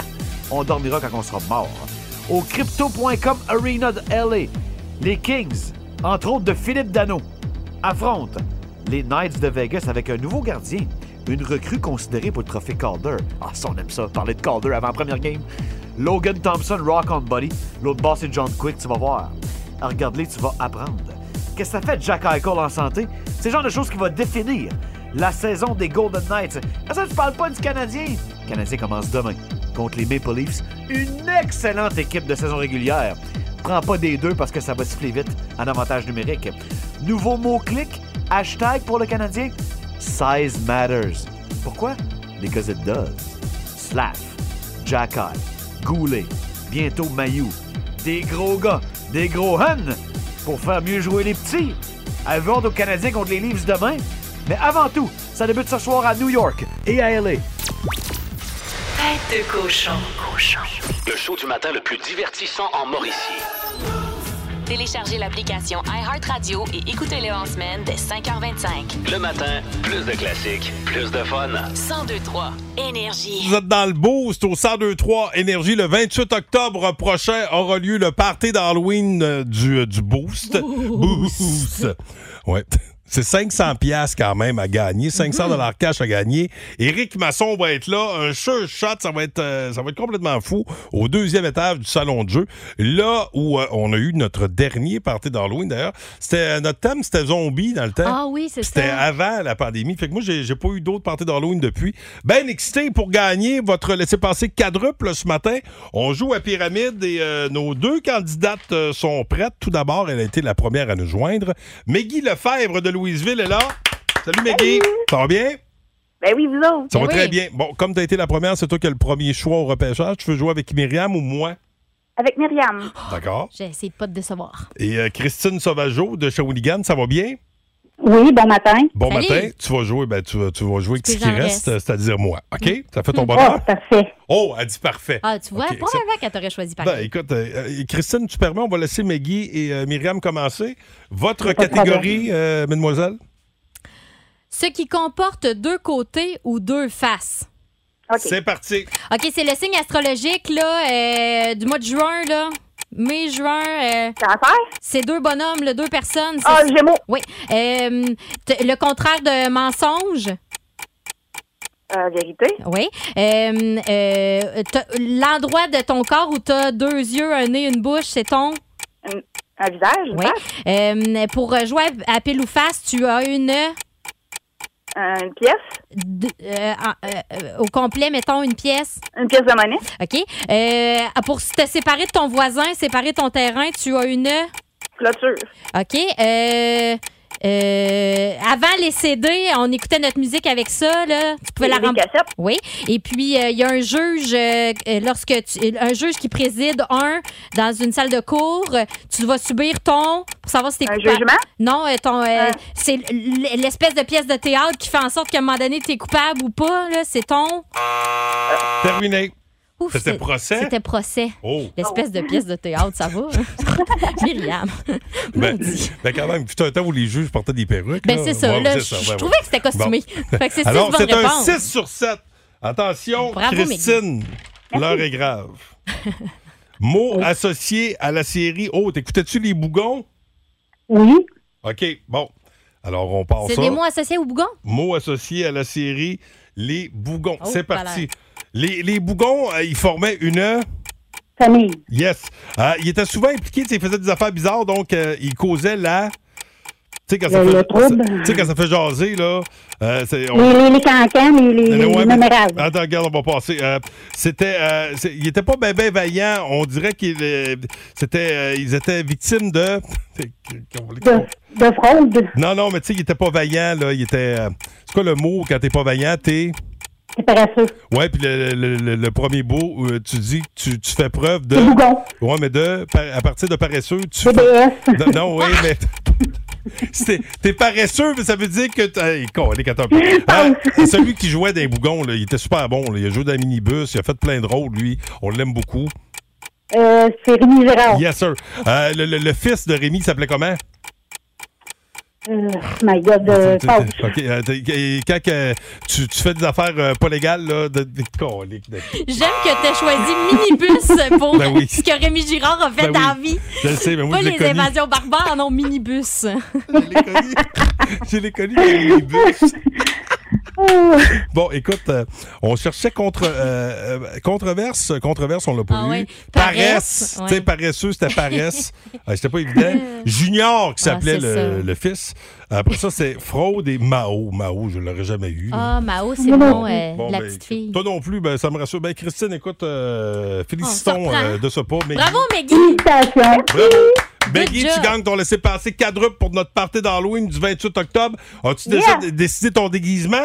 [SPEAKER 14] On dormira quand on sera mort. Au Crypto.com Arena de LA, les Kings, entre autres de Philippe Dano, affrontent les Knights de Vegas avec un nouveau gardien, une recrue considérée pour le trophée Calder. Ah, ça, on aime ça, parler de Calder avant la première game. Logan Thompson, Rock on Buddy. L'autre boss, c'est John Quick, tu vas voir. Ah, Regarde-les, tu vas apprendre. Qu'est-ce que ça fait de Jack Eichel en santé? C'est le genre de choses qui va définir la saison des Golden Knights. Ah, ça, tu parles pas du Canadien? Le Canadien commence demain contre les Maple Leafs. Une excellente équipe de saison régulière. Prends pas des deux parce que ça va siffler vite en avantage numérique. Nouveau mot-clic, hashtag pour le Canadien, Size Matters. Pourquoi? Because it does. Slav, Jack Eye, Goulet, bientôt Mayou. Des gros gars, des gros huns pour faire mieux jouer les petits. Avez hâte aux Canadiens contre les Leafs demain. Mais avant tout, ça débute ce soir à New York et à LA.
[SPEAKER 13] Tête de cochon. Cochon.
[SPEAKER 2] Le show du matin le plus divertissant en Mauricie.
[SPEAKER 6] Téléchargez l'application iHeartRadio et écoutez-le en semaine dès 5h25.
[SPEAKER 2] Le matin, plus de classiques, plus de fun.
[SPEAKER 6] 1023 Énergie.
[SPEAKER 3] Vous êtes dans le boost au 1023 Énergie. Le 28 octobre prochain aura lieu le party d'Halloween euh, du, euh, du boost. Boost. Ouais. C'est 500 pièces quand même à gagner, 500 dollars cash à gagner. Éric Masson va être là, un sure shot, ça va être, euh, ça va être complètement fou au deuxième étage du salon de jeu, là où euh, on a eu notre dernier party d'Halloween d'ailleurs. C'était euh, notre thème, c'était zombie dans le temps.
[SPEAKER 7] Ah oui, c'est
[SPEAKER 3] Hein? C'était
[SPEAKER 7] ça.
[SPEAKER 3] avant la pandémie. Fait que moi, j'ai j'ai pas eu d'autres parties d'Halloween depuis. Ben excité pour gagner votre laissez-passer quadruple ce matin. On joue à Pyramide et euh, nos deux candidates euh, sont prêtes. Tout d'abord, elle a été la première à nous joindre. Meggy Lefebvre de Louisville est là. Salut Meggy. Ça va bien?
[SPEAKER 15] Ben oui, vous autres.
[SPEAKER 3] Ça va très bien. Bon, comme tu as été la première, c'est toi qui as le premier choix au repêchage. Tu veux jouer avec Myriam ou moi?
[SPEAKER 15] Avec Myriam.
[SPEAKER 3] D'accord.
[SPEAKER 7] J'ai essayé de pas te décevoir.
[SPEAKER 3] Et euh, Christine Sauvageau de Shawinigan, ça va bien?
[SPEAKER 15] Oui, bon matin.
[SPEAKER 3] Bon matin, tu vas jouer, ben, tu, vas- tu vas jouer avec
[SPEAKER 7] Tu
[SPEAKER 3] ce
[SPEAKER 7] peux
[SPEAKER 3] qui
[SPEAKER 7] j'en
[SPEAKER 3] reste, c'est-à-dire moi. OK? Ça fait ton
[SPEAKER 7] Mm.
[SPEAKER 3] bonheur?
[SPEAKER 7] Oh,
[SPEAKER 15] parfait.
[SPEAKER 3] Oh, elle dit parfait.
[SPEAKER 7] Ah, tu vois,
[SPEAKER 3] OK, ça-
[SPEAKER 7] probablement qu'elle t'aurait choisi par
[SPEAKER 3] Ben, écoute, euh, euh, Christine, tu permets, on va laisser Maggie et euh, Myriam commencer. Votre
[SPEAKER 7] Pas de
[SPEAKER 3] catégorie, euh, mademoiselle?
[SPEAKER 7] Ce qui comporte deux côtés ou deux faces.
[SPEAKER 3] C'est parti.
[SPEAKER 7] OK, c'est le signe astrologique là, euh, du mois de juin, là. Mai, juin. euh, c'est deux bonhommes, là, deux personnes. Ah, le
[SPEAKER 15] Gémeaux.
[SPEAKER 7] Oui. Euh, t- le contraire de mensonge.
[SPEAKER 15] vérité.
[SPEAKER 7] Oui. Euh, euh, t'as- L'endroit de ton corps où tu as deux yeux, un nez, une bouche, c'est ton.
[SPEAKER 15] Un, visage.
[SPEAKER 7] Oui. Euh, pour euh, jouer à à pile ou face, tu as une.
[SPEAKER 15] Une pièce.
[SPEAKER 7] euh, au complet, mettons une pièce.
[SPEAKER 15] Une pièce de monnaie.
[SPEAKER 7] OK. Euh, pour te séparer de ton voisin, séparer ton terrain, tu as une.
[SPEAKER 15] Clôture.
[SPEAKER 7] OK. Euh, euh, avant les CD, on écoutait notre musique avec ça. Là. Tu pouvais
[SPEAKER 15] Les-
[SPEAKER 7] la
[SPEAKER 15] les
[SPEAKER 7] rem-
[SPEAKER 15] cassettes.
[SPEAKER 7] Oui. Et puis, euh, il y a un juge, euh, euh, lorsque tu- un juge qui préside un dans une salle de cours. euh, Tu vas subir ton. Pour savoir si t'es
[SPEAKER 15] Un
[SPEAKER 7] coupable.
[SPEAKER 15] jugement? Hein?
[SPEAKER 7] Non, euh, ton, euh, c'est l- l- l'espèce de pièce de théâtre qui fait en sorte qu'à un moment donné, tu es coupable ou pas. là, C'est ton.
[SPEAKER 3] Terminé.
[SPEAKER 7] Ouf,
[SPEAKER 3] C'était
[SPEAKER 7] c'est-
[SPEAKER 3] procès?
[SPEAKER 7] C'était procès.
[SPEAKER 3] Oh.
[SPEAKER 7] L'espèce de pièce de théâtre, ça va? hein? Myriam.
[SPEAKER 3] Ben, ben, quand même, putain, un temps où les juges portaient des perruques.
[SPEAKER 7] Ben,
[SPEAKER 3] là.
[SPEAKER 7] c'est ça,
[SPEAKER 3] Euh, Ouais,
[SPEAKER 7] là,
[SPEAKER 3] c'est
[SPEAKER 7] je- je
[SPEAKER 3] ouais,
[SPEAKER 7] trouvais que c'était costumé. Fait que c'est six
[SPEAKER 3] Alors,
[SPEAKER 7] bonnes
[SPEAKER 3] c'est un
[SPEAKER 7] réponses.
[SPEAKER 3] 6 sur 7. Attention,
[SPEAKER 7] Bravo,
[SPEAKER 3] Christine, l'heure est grave. Mot
[SPEAKER 7] Oh.
[SPEAKER 3] associé à la série Oh, t'écoutais-tu les bougons?
[SPEAKER 15] Oui.
[SPEAKER 3] OK, bon. Alors, on part
[SPEAKER 7] C'est
[SPEAKER 3] ça.
[SPEAKER 7] des mots associés au bougon?
[SPEAKER 3] Mot associé à la série Les Bougons.
[SPEAKER 7] Oh,
[SPEAKER 3] C'est
[SPEAKER 7] pas
[SPEAKER 3] parti.
[SPEAKER 7] l'air.
[SPEAKER 3] Les, les Bougons, euh, ils formaient une.
[SPEAKER 15] Famille.
[SPEAKER 3] Yes. Euh, ils étaient souvent impliqués, tu sais, ils faisaient des affaires bizarres, donc euh, ils causaient la. Tu sais, quand, ça
[SPEAKER 15] Le-
[SPEAKER 3] fait-
[SPEAKER 15] le trouble.
[SPEAKER 3] tu sais, quand ça fait jaser, là. euh, c'est- on-
[SPEAKER 15] Les, les, les cancans, les, les,
[SPEAKER 3] Mais
[SPEAKER 15] les
[SPEAKER 3] ouais, mais- Ah.
[SPEAKER 15] mémorables.
[SPEAKER 3] Attends, regarde, on va passer. Euh, c'était, euh, c'est- ils étaient pas bien ben vaillants. On dirait qu'ils euh, c'était, euh, ils étaient victimes de.
[SPEAKER 15] De, de fraude.
[SPEAKER 3] Non, non, mais tu sais, ils étaient pas vaillants, là. Ils étaient. euh, c'est quoi le mot quand t'es pas vaillant? T'es.
[SPEAKER 15] C'est paresseux.
[SPEAKER 3] Ouais, puis le, le- le- le premier beau, euh, tu dis que tu, tu fais preuve de.
[SPEAKER 15] C'est bougon.
[SPEAKER 3] Ouais, mais de. par- à partir de paresseux, tu. fais-
[SPEAKER 15] E
[SPEAKER 3] Non, non, oui, mais. c'est- T'es paresseux, mais ça veut dire que. t'as- Hey, colique, attends un peu.
[SPEAKER 15] Ah
[SPEAKER 3] Hein, celui qui jouait des bougons, là, il était super bon. là. Il a joué dans le minibus, il a fait plein de rôles, lui. On l'aime beaucoup.
[SPEAKER 15] Euh, c'est Rémi Gérard.
[SPEAKER 3] Yes, sir. Euh, le, le- le fils de Rémi, il s'appelait comment?
[SPEAKER 15] Euh, my
[SPEAKER 3] Ah,
[SPEAKER 15] God, euh, passe.
[SPEAKER 3] Ok, euh, t'es- et quand que tu, tu fais des affaires euh, pas légales, là, de, de- colique, de-
[SPEAKER 7] J'aime que tu choisi Minibus pour
[SPEAKER 3] Ben oui.
[SPEAKER 7] ce que Rémi Girard a
[SPEAKER 3] Ben
[SPEAKER 7] fait
[SPEAKER 3] oui.
[SPEAKER 7] dans la vie.
[SPEAKER 3] Je le sais, mais moi,
[SPEAKER 7] Pas
[SPEAKER 3] je l'ai
[SPEAKER 7] les
[SPEAKER 3] connu.
[SPEAKER 7] invasions barbares, non, Minibus.
[SPEAKER 3] Je l'ai connu dans les minibus. Bon, écoute, euh, on cherchait contre, euh, euh, controverse. Controverse, on l'a pas
[SPEAKER 7] Ah
[SPEAKER 3] eu.
[SPEAKER 7] ouais.
[SPEAKER 3] Paresse.
[SPEAKER 7] Paresse, ouais.
[SPEAKER 3] Tu sais, paresseux, c'était paresse. Euh, c'était pas évident. Junior, qui
[SPEAKER 7] Ah,
[SPEAKER 3] s'appelait
[SPEAKER 7] c'est
[SPEAKER 3] le,
[SPEAKER 7] ça.
[SPEAKER 3] le fils. Après ça, c'est Fraude et Mao. Mao, je l'aurais jamais eu.
[SPEAKER 7] Ah, Mao, c'est
[SPEAKER 3] Non, non.
[SPEAKER 7] bon, euh,
[SPEAKER 3] Bon,
[SPEAKER 7] la
[SPEAKER 3] ben,
[SPEAKER 7] petite fille.
[SPEAKER 3] Toi non plus, ben, ça me rassure. Ben, Christine, écoute, euh, félicitons
[SPEAKER 7] reprend.
[SPEAKER 3] euh, de ce pas. Maggie.
[SPEAKER 7] Bravo, Maggie!
[SPEAKER 3] Bravo. Maggie,
[SPEAKER 7] job.
[SPEAKER 3] tu gagnes ton laissé-passer quadruple pour notre party d'Halloween du 28 octobre. As-tu
[SPEAKER 15] Yeah.
[SPEAKER 3] déjà dé- décidé ton déguisement?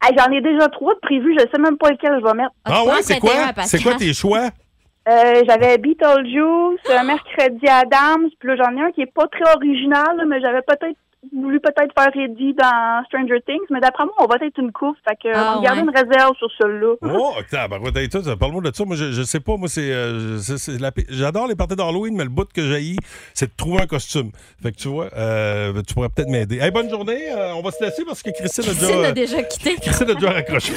[SPEAKER 15] Hey, J'en ai déjà trois de prévus. Je sais même pas lequel je vais mettre.
[SPEAKER 3] Ah, ouais, c'est quoi? C'est quoi tes choix?
[SPEAKER 15] Euh, j'avais Beetlejuice, euh, Mercredi Adams, puis là j'en ai un qui est pas très original, là, mais j'avais peut-être voulu peut-être faire Eddie dans Stranger Things, mais d'après moi on va être une coupe, fait que
[SPEAKER 7] Ah,
[SPEAKER 15] on va garder
[SPEAKER 7] ouais.
[SPEAKER 15] une réserve sur celui-là.
[SPEAKER 3] Oh, tabarouette, hey, toi, ça, parle-moi de ça. Moi, je, je sais pas. Moi, c'est, euh, c'est- c'est la pi- j'adore les parties d'Halloween, mais le bout que j'ai, c'est de trouver un costume. Fait que tu vois, euh, tu pourrais peut-être m'aider. Hey, bonne journée. euh, on va se laisser parce que Christine,
[SPEAKER 7] Christine
[SPEAKER 3] a
[SPEAKER 7] a
[SPEAKER 3] déjà.
[SPEAKER 7] déjà quitté.
[SPEAKER 3] Christine a déjà raccroché.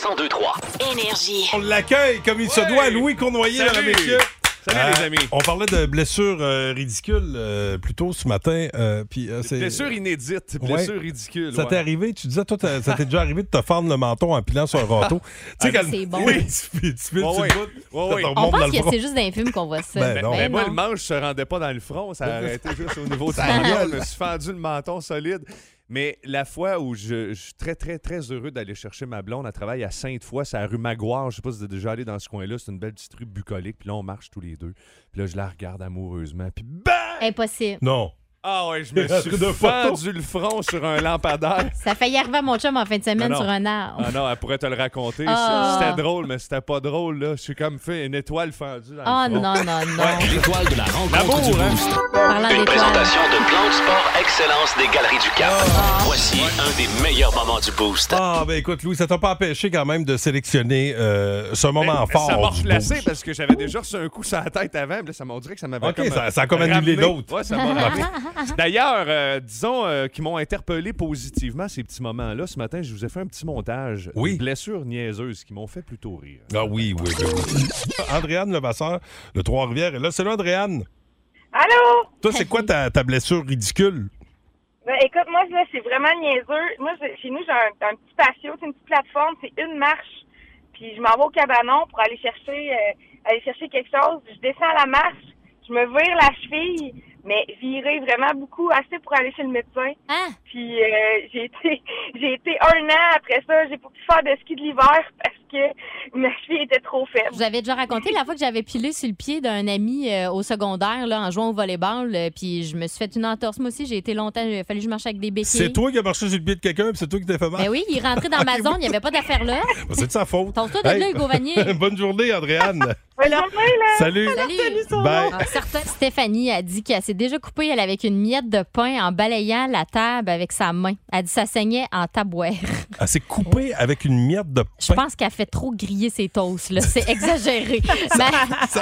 [SPEAKER 6] 102-3. Énergie.
[SPEAKER 3] On l'accueille comme il se doit, Louis Cournoyer, mesdames et messieurs. Euh,
[SPEAKER 16] Salut, les amis.
[SPEAKER 3] On parlait de blessures euh, ridicules euh, plus tôt ce matin. euh, puis, euh, c'est-
[SPEAKER 16] Blessure inédite,
[SPEAKER 3] Ouais.
[SPEAKER 16] blessure ridicule.
[SPEAKER 3] Ça
[SPEAKER 16] ouais.
[SPEAKER 3] t'est arrivé, tu disais, toi, t'as- ça t'est déjà arrivé de te fendre le menton en pilant sur un râteau.
[SPEAKER 16] Ah, c'est bon.
[SPEAKER 3] Oui, tu piles, tu piles,
[SPEAKER 16] Ouais,
[SPEAKER 3] tu
[SPEAKER 16] ouais.
[SPEAKER 3] te bouts,
[SPEAKER 16] Ouais,
[SPEAKER 3] ça
[SPEAKER 16] ouais.
[SPEAKER 3] te remonte
[SPEAKER 7] On
[SPEAKER 3] dans
[SPEAKER 7] pense
[SPEAKER 3] le
[SPEAKER 7] que
[SPEAKER 3] front.
[SPEAKER 7] c'est juste dans les films qu'on voit ça.
[SPEAKER 3] Ben non. Ben
[SPEAKER 16] moi,
[SPEAKER 7] non.
[SPEAKER 16] le manche se rendait pas dans le front, ça arrêtait juste au niveau de
[SPEAKER 7] Ça
[SPEAKER 16] la
[SPEAKER 7] arrête.
[SPEAKER 16] gueule. Je me suis fendu le menton solide. Mais la fois où je, je suis très, très, très heureux d'aller chercher ma blonde, elle travaille à Sainte-Foy, c'est à la rue Maguire. Je sais pas si t'es déjà allé dans ce coin-là, c'est une belle petite rue bucolique. Puis là, on marche tous les deux. Puis là, je la regarde amoureusement. Puis
[SPEAKER 7] Impossible.
[SPEAKER 3] Non.
[SPEAKER 16] Ah ouais, je me
[SPEAKER 3] Un
[SPEAKER 16] suis
[SPEAKER 3] truc de photo.
[SPEAKER 16] fendu le front sur un lampadaire.
[SPEAKER 7] Ça fait y arriver à mon chum en fin de semaine
[SPEAKER 16] Non, non.
[SPEAKER 7] sur un arbre.
[SPEAKER 16] Ah non, elle pourrait te le raconter.
[SPEAKER 7] Ah.
[SPEAKER 16] C'est- C'était drôle, mais c'était pas drôle. Là. Je suis comme fait une étoile fendue dans
[SPEAKER 7] Ah
[SPEAKER 16] le front.
[SPEAKER 7] non, non, non.
[SPEAKER 16] Ouais.
[SPEAKER 2] L'étoile de la rencontre
[SPEAKER 16] L'amour,
[SPEAKER 2] du
[SPEAKER 16] hein?
[SPEAKER 2] Boost.
[SPEAKER 7] Parlant
[SPEAKER 2] Une
[SPEAKER 7] d'étoiles.
[SPEAKER 2] présentation de Plan de Sport Excellence des Galeries du Cap. Voici un des meilleurs moments du Boost.
[SPEAKER 3] Ah, ben écoute, Louis, ça t'a pas empêché quand même de sélectionner euh, ce moment
[SPEAKER 16] Mais
[SPEAKER 3] fort.
[SPEAKER 16] Ben, Ça m'a
[SPEAKER 3] du
[SPEAKER 16] replacé
[SPEAKER 3] boost.
[SPEAKER 16] parce que j'avais déjà reçu un coup sur la tête avant. puis Là, ça m'a dit que ça m'avait
[SPEAKER 3] Ok,
[SPEAKER 16] comme,
[SPEAKER 3] ça- ça a comme annulé
[SPEAKER 16] ramené.
[SPEAKER 3] l'autre.
[SPEAKER 16] Ouais, ça m'a ramené.
[SPEAKER 7] Ah,
[SPEAKER 16] D'ailleurs, euh, disons euh, qu'ils m'ont interpellé positivement ces petits moments-là. Ce matin, je vous ai fait un petit montage oui. de blessures niaiseuses qui m'ont fait plutôt rire.
[SPEAKER 3] Ah oui, oui, oui. oui. Andréane Levasseur, le Trois-Rivières, est là. C'est là, Andréane.
[SPEAKER 11] Allô?
[SPEAKER 3] Toi, c'est quoi ta, ta blessure ridicule?
[SPEAKER 11] Ben, écoute, moi, là, c'est vraiment niaiseux. Moi, je- chez nous, j'ai un, un petit patio, c'est une petite plateforme, c'est une marche. Puis je m'en vais au cabanon pour aller chercher, euh, aller chercher quelque chose. Je descends la marche, je me vire la cheville, mais virer vraiment beaucoup, assez pour aller chez le médecin.
[SPEAKER 7] Hein?
[SPEAKER 11] Puis euh, j'ai été, j'ai été un an après ça, j'ai pas pu faire de ski de l'hiver parce que ma cheville était trop faible.
[SPEAKER 7] Vous avez déjà raconté la fois que j'avais pilé sur le pied d'un ami euh, au secondaire là, en jouant au volleyball, euh, puis je me suis fait une entorse. Moi aussi, j'ai été longtemps, il a fallu que je marche avec des béquilles.
[SPEAKER 3] C'est toi qui as marché sur le pied de quelqu'un, puis c'est toi qui t'es fait mal.
[SPEAKER 7] Ben oui, il est rentré dans ma
[SPEAKER 3] Ok,
[SPEAKER 7] zone,
[SPEAKER 3] oui.
[SPEAKER 7] il n'y avait pas d'affaire là.
[SPEAKER 3] Ben, c'est de sa faute.
[SPEAKER 7] Tente-toi de là, Hugo Vanier.
[SPEAKER 3] Bonne journée, Andréane. Salut. Bye.
[SPEAKER 7] Ah, certains- Stéphanie a dit qu'elle s'est déjà coupée, elle, avec une miette de pain en balayant la table avec sa main. Elle dit que ça saignait en tabouère.
[SPEAKER 3] Elle s'est coupée Ah, avec une miette de
[SPEAKER 7] Je pense qu'elle fait trop griller ses toasts, là. C'est exagéré. Ma-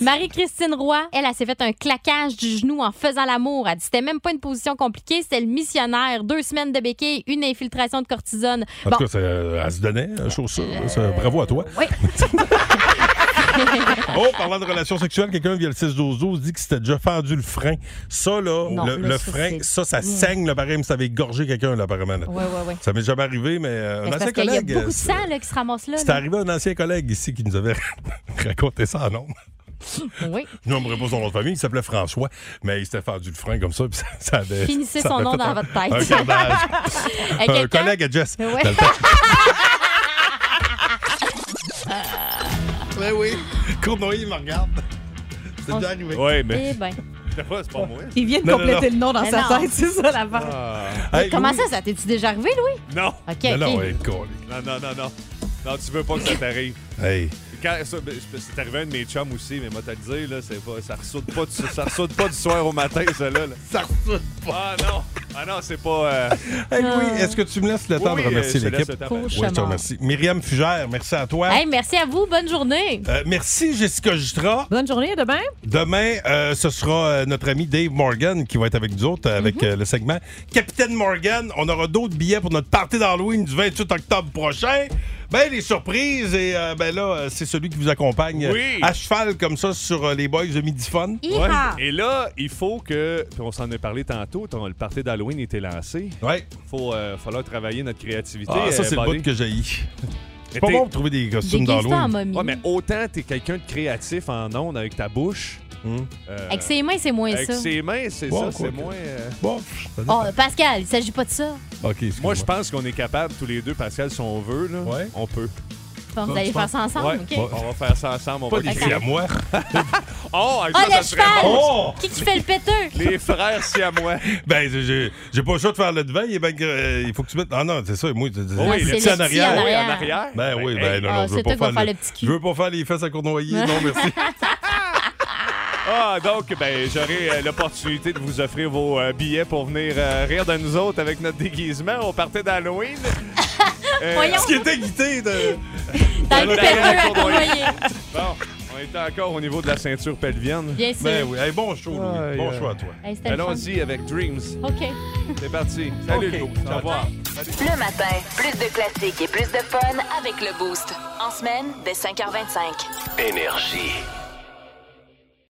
[SPEAKER 7] Marie-Christine Roy, elle, elle s'est fait un claquage du genou en faisant l'amour. Elle dit c'était même pas une position compliquée, c'était le missionnaire. Deux semaines de béquille, une infiltration de cortisone.
[SPEAKER 3] En
[SPEAKER 7] Bon. Euh,
[SPEAKER 3] tout cas, c'est- euh, elle se donnait, la chaussure. C'est- Bravo à toi.
[SPEAKER 7] Oui.
[SPEAKER 3] Oh, parlant de relations sexuelles, quelqu'un via le 6-12-12 dit que c'était déjà fendu le frein. Ça, là,
[SPEAKER 7] Non,
[SPEAKER 3] le,
[SPEAKER 7] là,
[SPEAKER 3] le
[SPEAKER 7] ça,
[SPEAKER 3] frein,
[SPEAKER 7] c'est-
[SPEAKER 3] ça, ça
[SPEAKER 7] Mm.
[SPEAKER 3] saigne, le pareil, mais ça avait gorgé quelqu'un, là, apparemment. là.
[SPEAKER 7] Ouais, ouais, ouais.
[SPEAKER 3] Ça m'est jamais arrivé, mais euh,
[SPEAKER 7] Mais
[SPEAKER 3] un
[SPEAKER 7] c'est parce
[SPEAKER 3] ancien
[SPEAKER 7] qu'il y a
[SPEAKER 3] collègue.
[SPEAKER 7] beaucoup de
[SPEAKER 3] c'est-
[SPEAKER 7] sang là, qui se ramasse là.
[SPEAKER 3] C'est
[SPEAKER 7] là.
[SPEAKER 3] arrivé à un ancien collègue ici qui nous avait raconté ça en nombre.
[SPEAKER 7] Oui.
[SPEAKER 3] Je nommerai pas son nom de famille, il s'appelait François, mais il s'était fendu le frein comme ça, puis ça, ça avait.
[SPEAKER 7] Finissez
[SPEAKER 3] ça
[SPEAKER 7] son
[SPEAKER 3] avait
[SPEAKER 7] nom
[SPEAKER 3] fait
[SPEAKER 7] dans
[SPEAKER 3] un-
[SPEAKER 7] votre tête.
[SPEAKER 3] Un carnage.
[SPEAKER 7] À
[SPEAKER 3] un
[SPEAKER 7] quelqu'un?
[SPEAKER 3] collègue à Jess.
[SPEAKER 7] Ouais.
[SPEAKER 3] Dans le temps.
[SPEAKER 13] Oui, oui.
[SPEAKER 3] Cournoyer me regarde. C'est déjà arrivé. Oui,
[SPEAKER 7] Eh ben.
[SPEAKER 16] C'est pas, c'est pas moi.
[SPEAKER 8] Il vient de
[SPEAKER 3] Non, non,
[SPEAKER 8] compléter
[SPEAKER 3] non.
[SPEAKER 8] le nom dans
[SPEAKER 7] Mais
[SPEAKER 8] sa
[SPEAKER 7] non.
[SPEAKER 8] tête, c'est ça l'avant.
[SPEAKER 7] Mais
[SPEAKER 16] Hey,
[SPEAKER 7] Comment
[SPEAKER 16] Louis.
[SPEAKER 7] ça, ça t'es-tu déjà arrivé, Louis?
[SPEAKER 16] Non.
[SPEAKER 7] OK, Non, non, OK. ouais,
[SPEAKER 16] Non, non, non, non. Non, tu veux pas que ça t'arrive.
[SPEAKER 3] Hey.
[SPEAKER 16] Quand, ça, ben, je- c'est arrivé à un de mes chums aussi, mais moi, t'as le dire, là, c'est pas, ça ressoude pas, du- ça ressoude pas du soir au matin, ça, là. là.
[SPEAKER 13] Ça ressoude
[SPEAKER 16] pas. Ah non, ah non, c'est pas... euh,
[SPEAKER 3] Hey,
[SPEAKER 7] Ah.
[SPEAKER 3] Louis, est-ce que tu me laisses le
[SPEAKER 16] Oui,
[SPEAKER 3] temps
[SPEAKER 16] oui,
[SPEAKER 3] de
[SPEAKER 16] euh,
[SPEAKER 3] remercier
[SPEAKER 16] je te laisse
[SPEAKER 3] l'équipe?
[SPEAKER 16] le temps.
[SPEAKER 3] Oui,
[SPEAKER 7] Fauche
[SPEAKER 3] je te
[SPEAKER 7] mort.
[SPEAKER 3] remercie. Myriam Fugère, merci à toi.
[SPEAKER 7] Hey, merci à vous. Bonne journée.
[SPEAKER 3] Euh, merci, Jessica Jutra.
[SPEAKER 8] Bonne journée, à demain.
[SPEAKER 3] Demain, euh, ce sera euh, notre ami Dave Morgan qui va être avec nous autres euh,
[SPEAKER 16] Mhm.
[SPEAKER 3] avec euh, le segment Capitaine Morgan. On aura d'autres billets pour notre party d'Halloween du 28 octobre prochain. Ben, les surprises, et euh, ben là, euh, c'est celui qui vous accompagne euh,
[SPEAKER 16] Oui.
[SPEAKER 3] à cheval comme ça sur euh, les boys de Midifone.
[SPEAKER 16] Ouais. Et là, il faut que. puis on s'en est parlé tantôt, ton- le party d'Halloween était lancé.
[SPEAKER 3] Ouais.
[SPEAKER 16] Faut euh, falloir travailler notre créativité.
[SPEAKER 3] Ah, ça,
[SPEAKER 16] euh,
[SPEAKER 3] c'est le
[SPEAKER 16] buddy.
[SPEAKER 3] bout que j'ai C'est
[SPEAKER 16] Mais
[SPEAKER 3] pas
[SPEAKER 16] t'es-
[SPEAKER 3] bon de trouver des costumes d'Halloween.
[SPEAKER 16] Ouais, mais autant t'es quelqu'un de créatif en ondes avec ta bouche. euh,
[SPEAKER 7] Avec ses mains, c'est moins
[SPEAKER 16] avec
[SPEAKER 7] ça.
[SPEAKER 16] ses mains, c'est
[SPEAKER 7] Bon,
[SPEAKER 16] ça, c'est
[SPEAKER 7] quoique.
[SPEAKER 16] moins. euh,
[SPEAKER 3] Bon.
[SPEAKER 7] Oh, Pascal, il s'agit pas de ça.
[SPEAKER 16] Moi, je pense qu'on est capable tous les deux, Pascal, si on veut, là, on peut.
[SPEAKER 7] Bon, vous allez faire ça ensemble,
[SPEAKER 16] Ouais.
[SPEAKER 7] Ah, OK?
[SPEAKER 16] Ouais, On va faire ça ensemble. On
[SPEAKER 3] Pas
[SPEAKER 16] va
[SPEAKER 3] des
[SPEAKER 16] créer-
[SPEAKER 3] siamois.
[SPEAKER 16] Oh,
[SPEAKER 7] Ah,
[SPEAKER 16] ça, ça
[SPEAKER 7] le
[SPEAKER 16] serait
[SPEAKER 7] cheval!
[SPEAKER 16] bon.
[SPEAKER 7] Qui qui fait le péteux?
[SPEAKER 16] Les frères siamois.
[SPEAKER 3] Oh!
[SPEAKER 7] Ah,
[SPEAKER 3] Ben, j'ai- j'ai j'ai pas le choix de faire le devant. Il, est ben- euh, il faut que tu mettes. Ah non, c'est ça. Moi, tu- tu-
[SPEAKER 16] Oui,
[SPEAKER 3] tu-
[SPEAKER 16] le
[SPEAKER 3] tu-
[SPEAKER 16] petit en arrière. Oui, en arrière.
[SPEAKER 3] Ben oui, ben
[SPEAKER 16] Hey.
[SPEAKER 3] non,
[SPEAKER 16] Ah,
[SPEAKER 3] non, je veux
[SPEAKER 16] c'est toi
[SPEAKER 3] pas
[SPEAKER 16] qui vas
[SPEAKER 3] faire,
[SPEAKER 16] faire le petit cul.
[SPEAKER 3] Je veux pas faire les fesses à Cournoyer. non, merci.
[SPEAKER 16] Ah, donc, ben, j'aurai euh, l'opportunité de vous offrir vos euh, billets pour venir euh, rire de nous autres avec notre déguisement. On partait d'Halloween. Euh,
[SPEAKER 13] Voyons.
[SPEAKER 3] Ce qui était guité de.
[SPEAKER 13] Dans le
[SPEAKER 16] de la-
[SPEAKER 13] péteux à
[SPEAKER 16] Cournoyer. Bon, on était encore au niveau de la ceinture pelvienne.
[SPEAKER 13] Bien sûr.
[SPEAKER 16] Ben
[SPEAKER 3] oui, hey, bon show, Louis. Bon choix à toi.
[SPEAKER 7] Hey, c'était le fun.
[SPEAKER 16] Allons-y avec Dreams.
[SPEAKER 7] OK.
[SPEAKER 16] C'est parti. Salut,
[SPEAKER 13] Ok.
[SPEAKER 16] Lou. Au revoir.
[SPEAKER 6] Le matin, plus de classiques et plus de fun avec le Boost. En semaine, dès 5h25.
[SPEAKER 2] Énergie.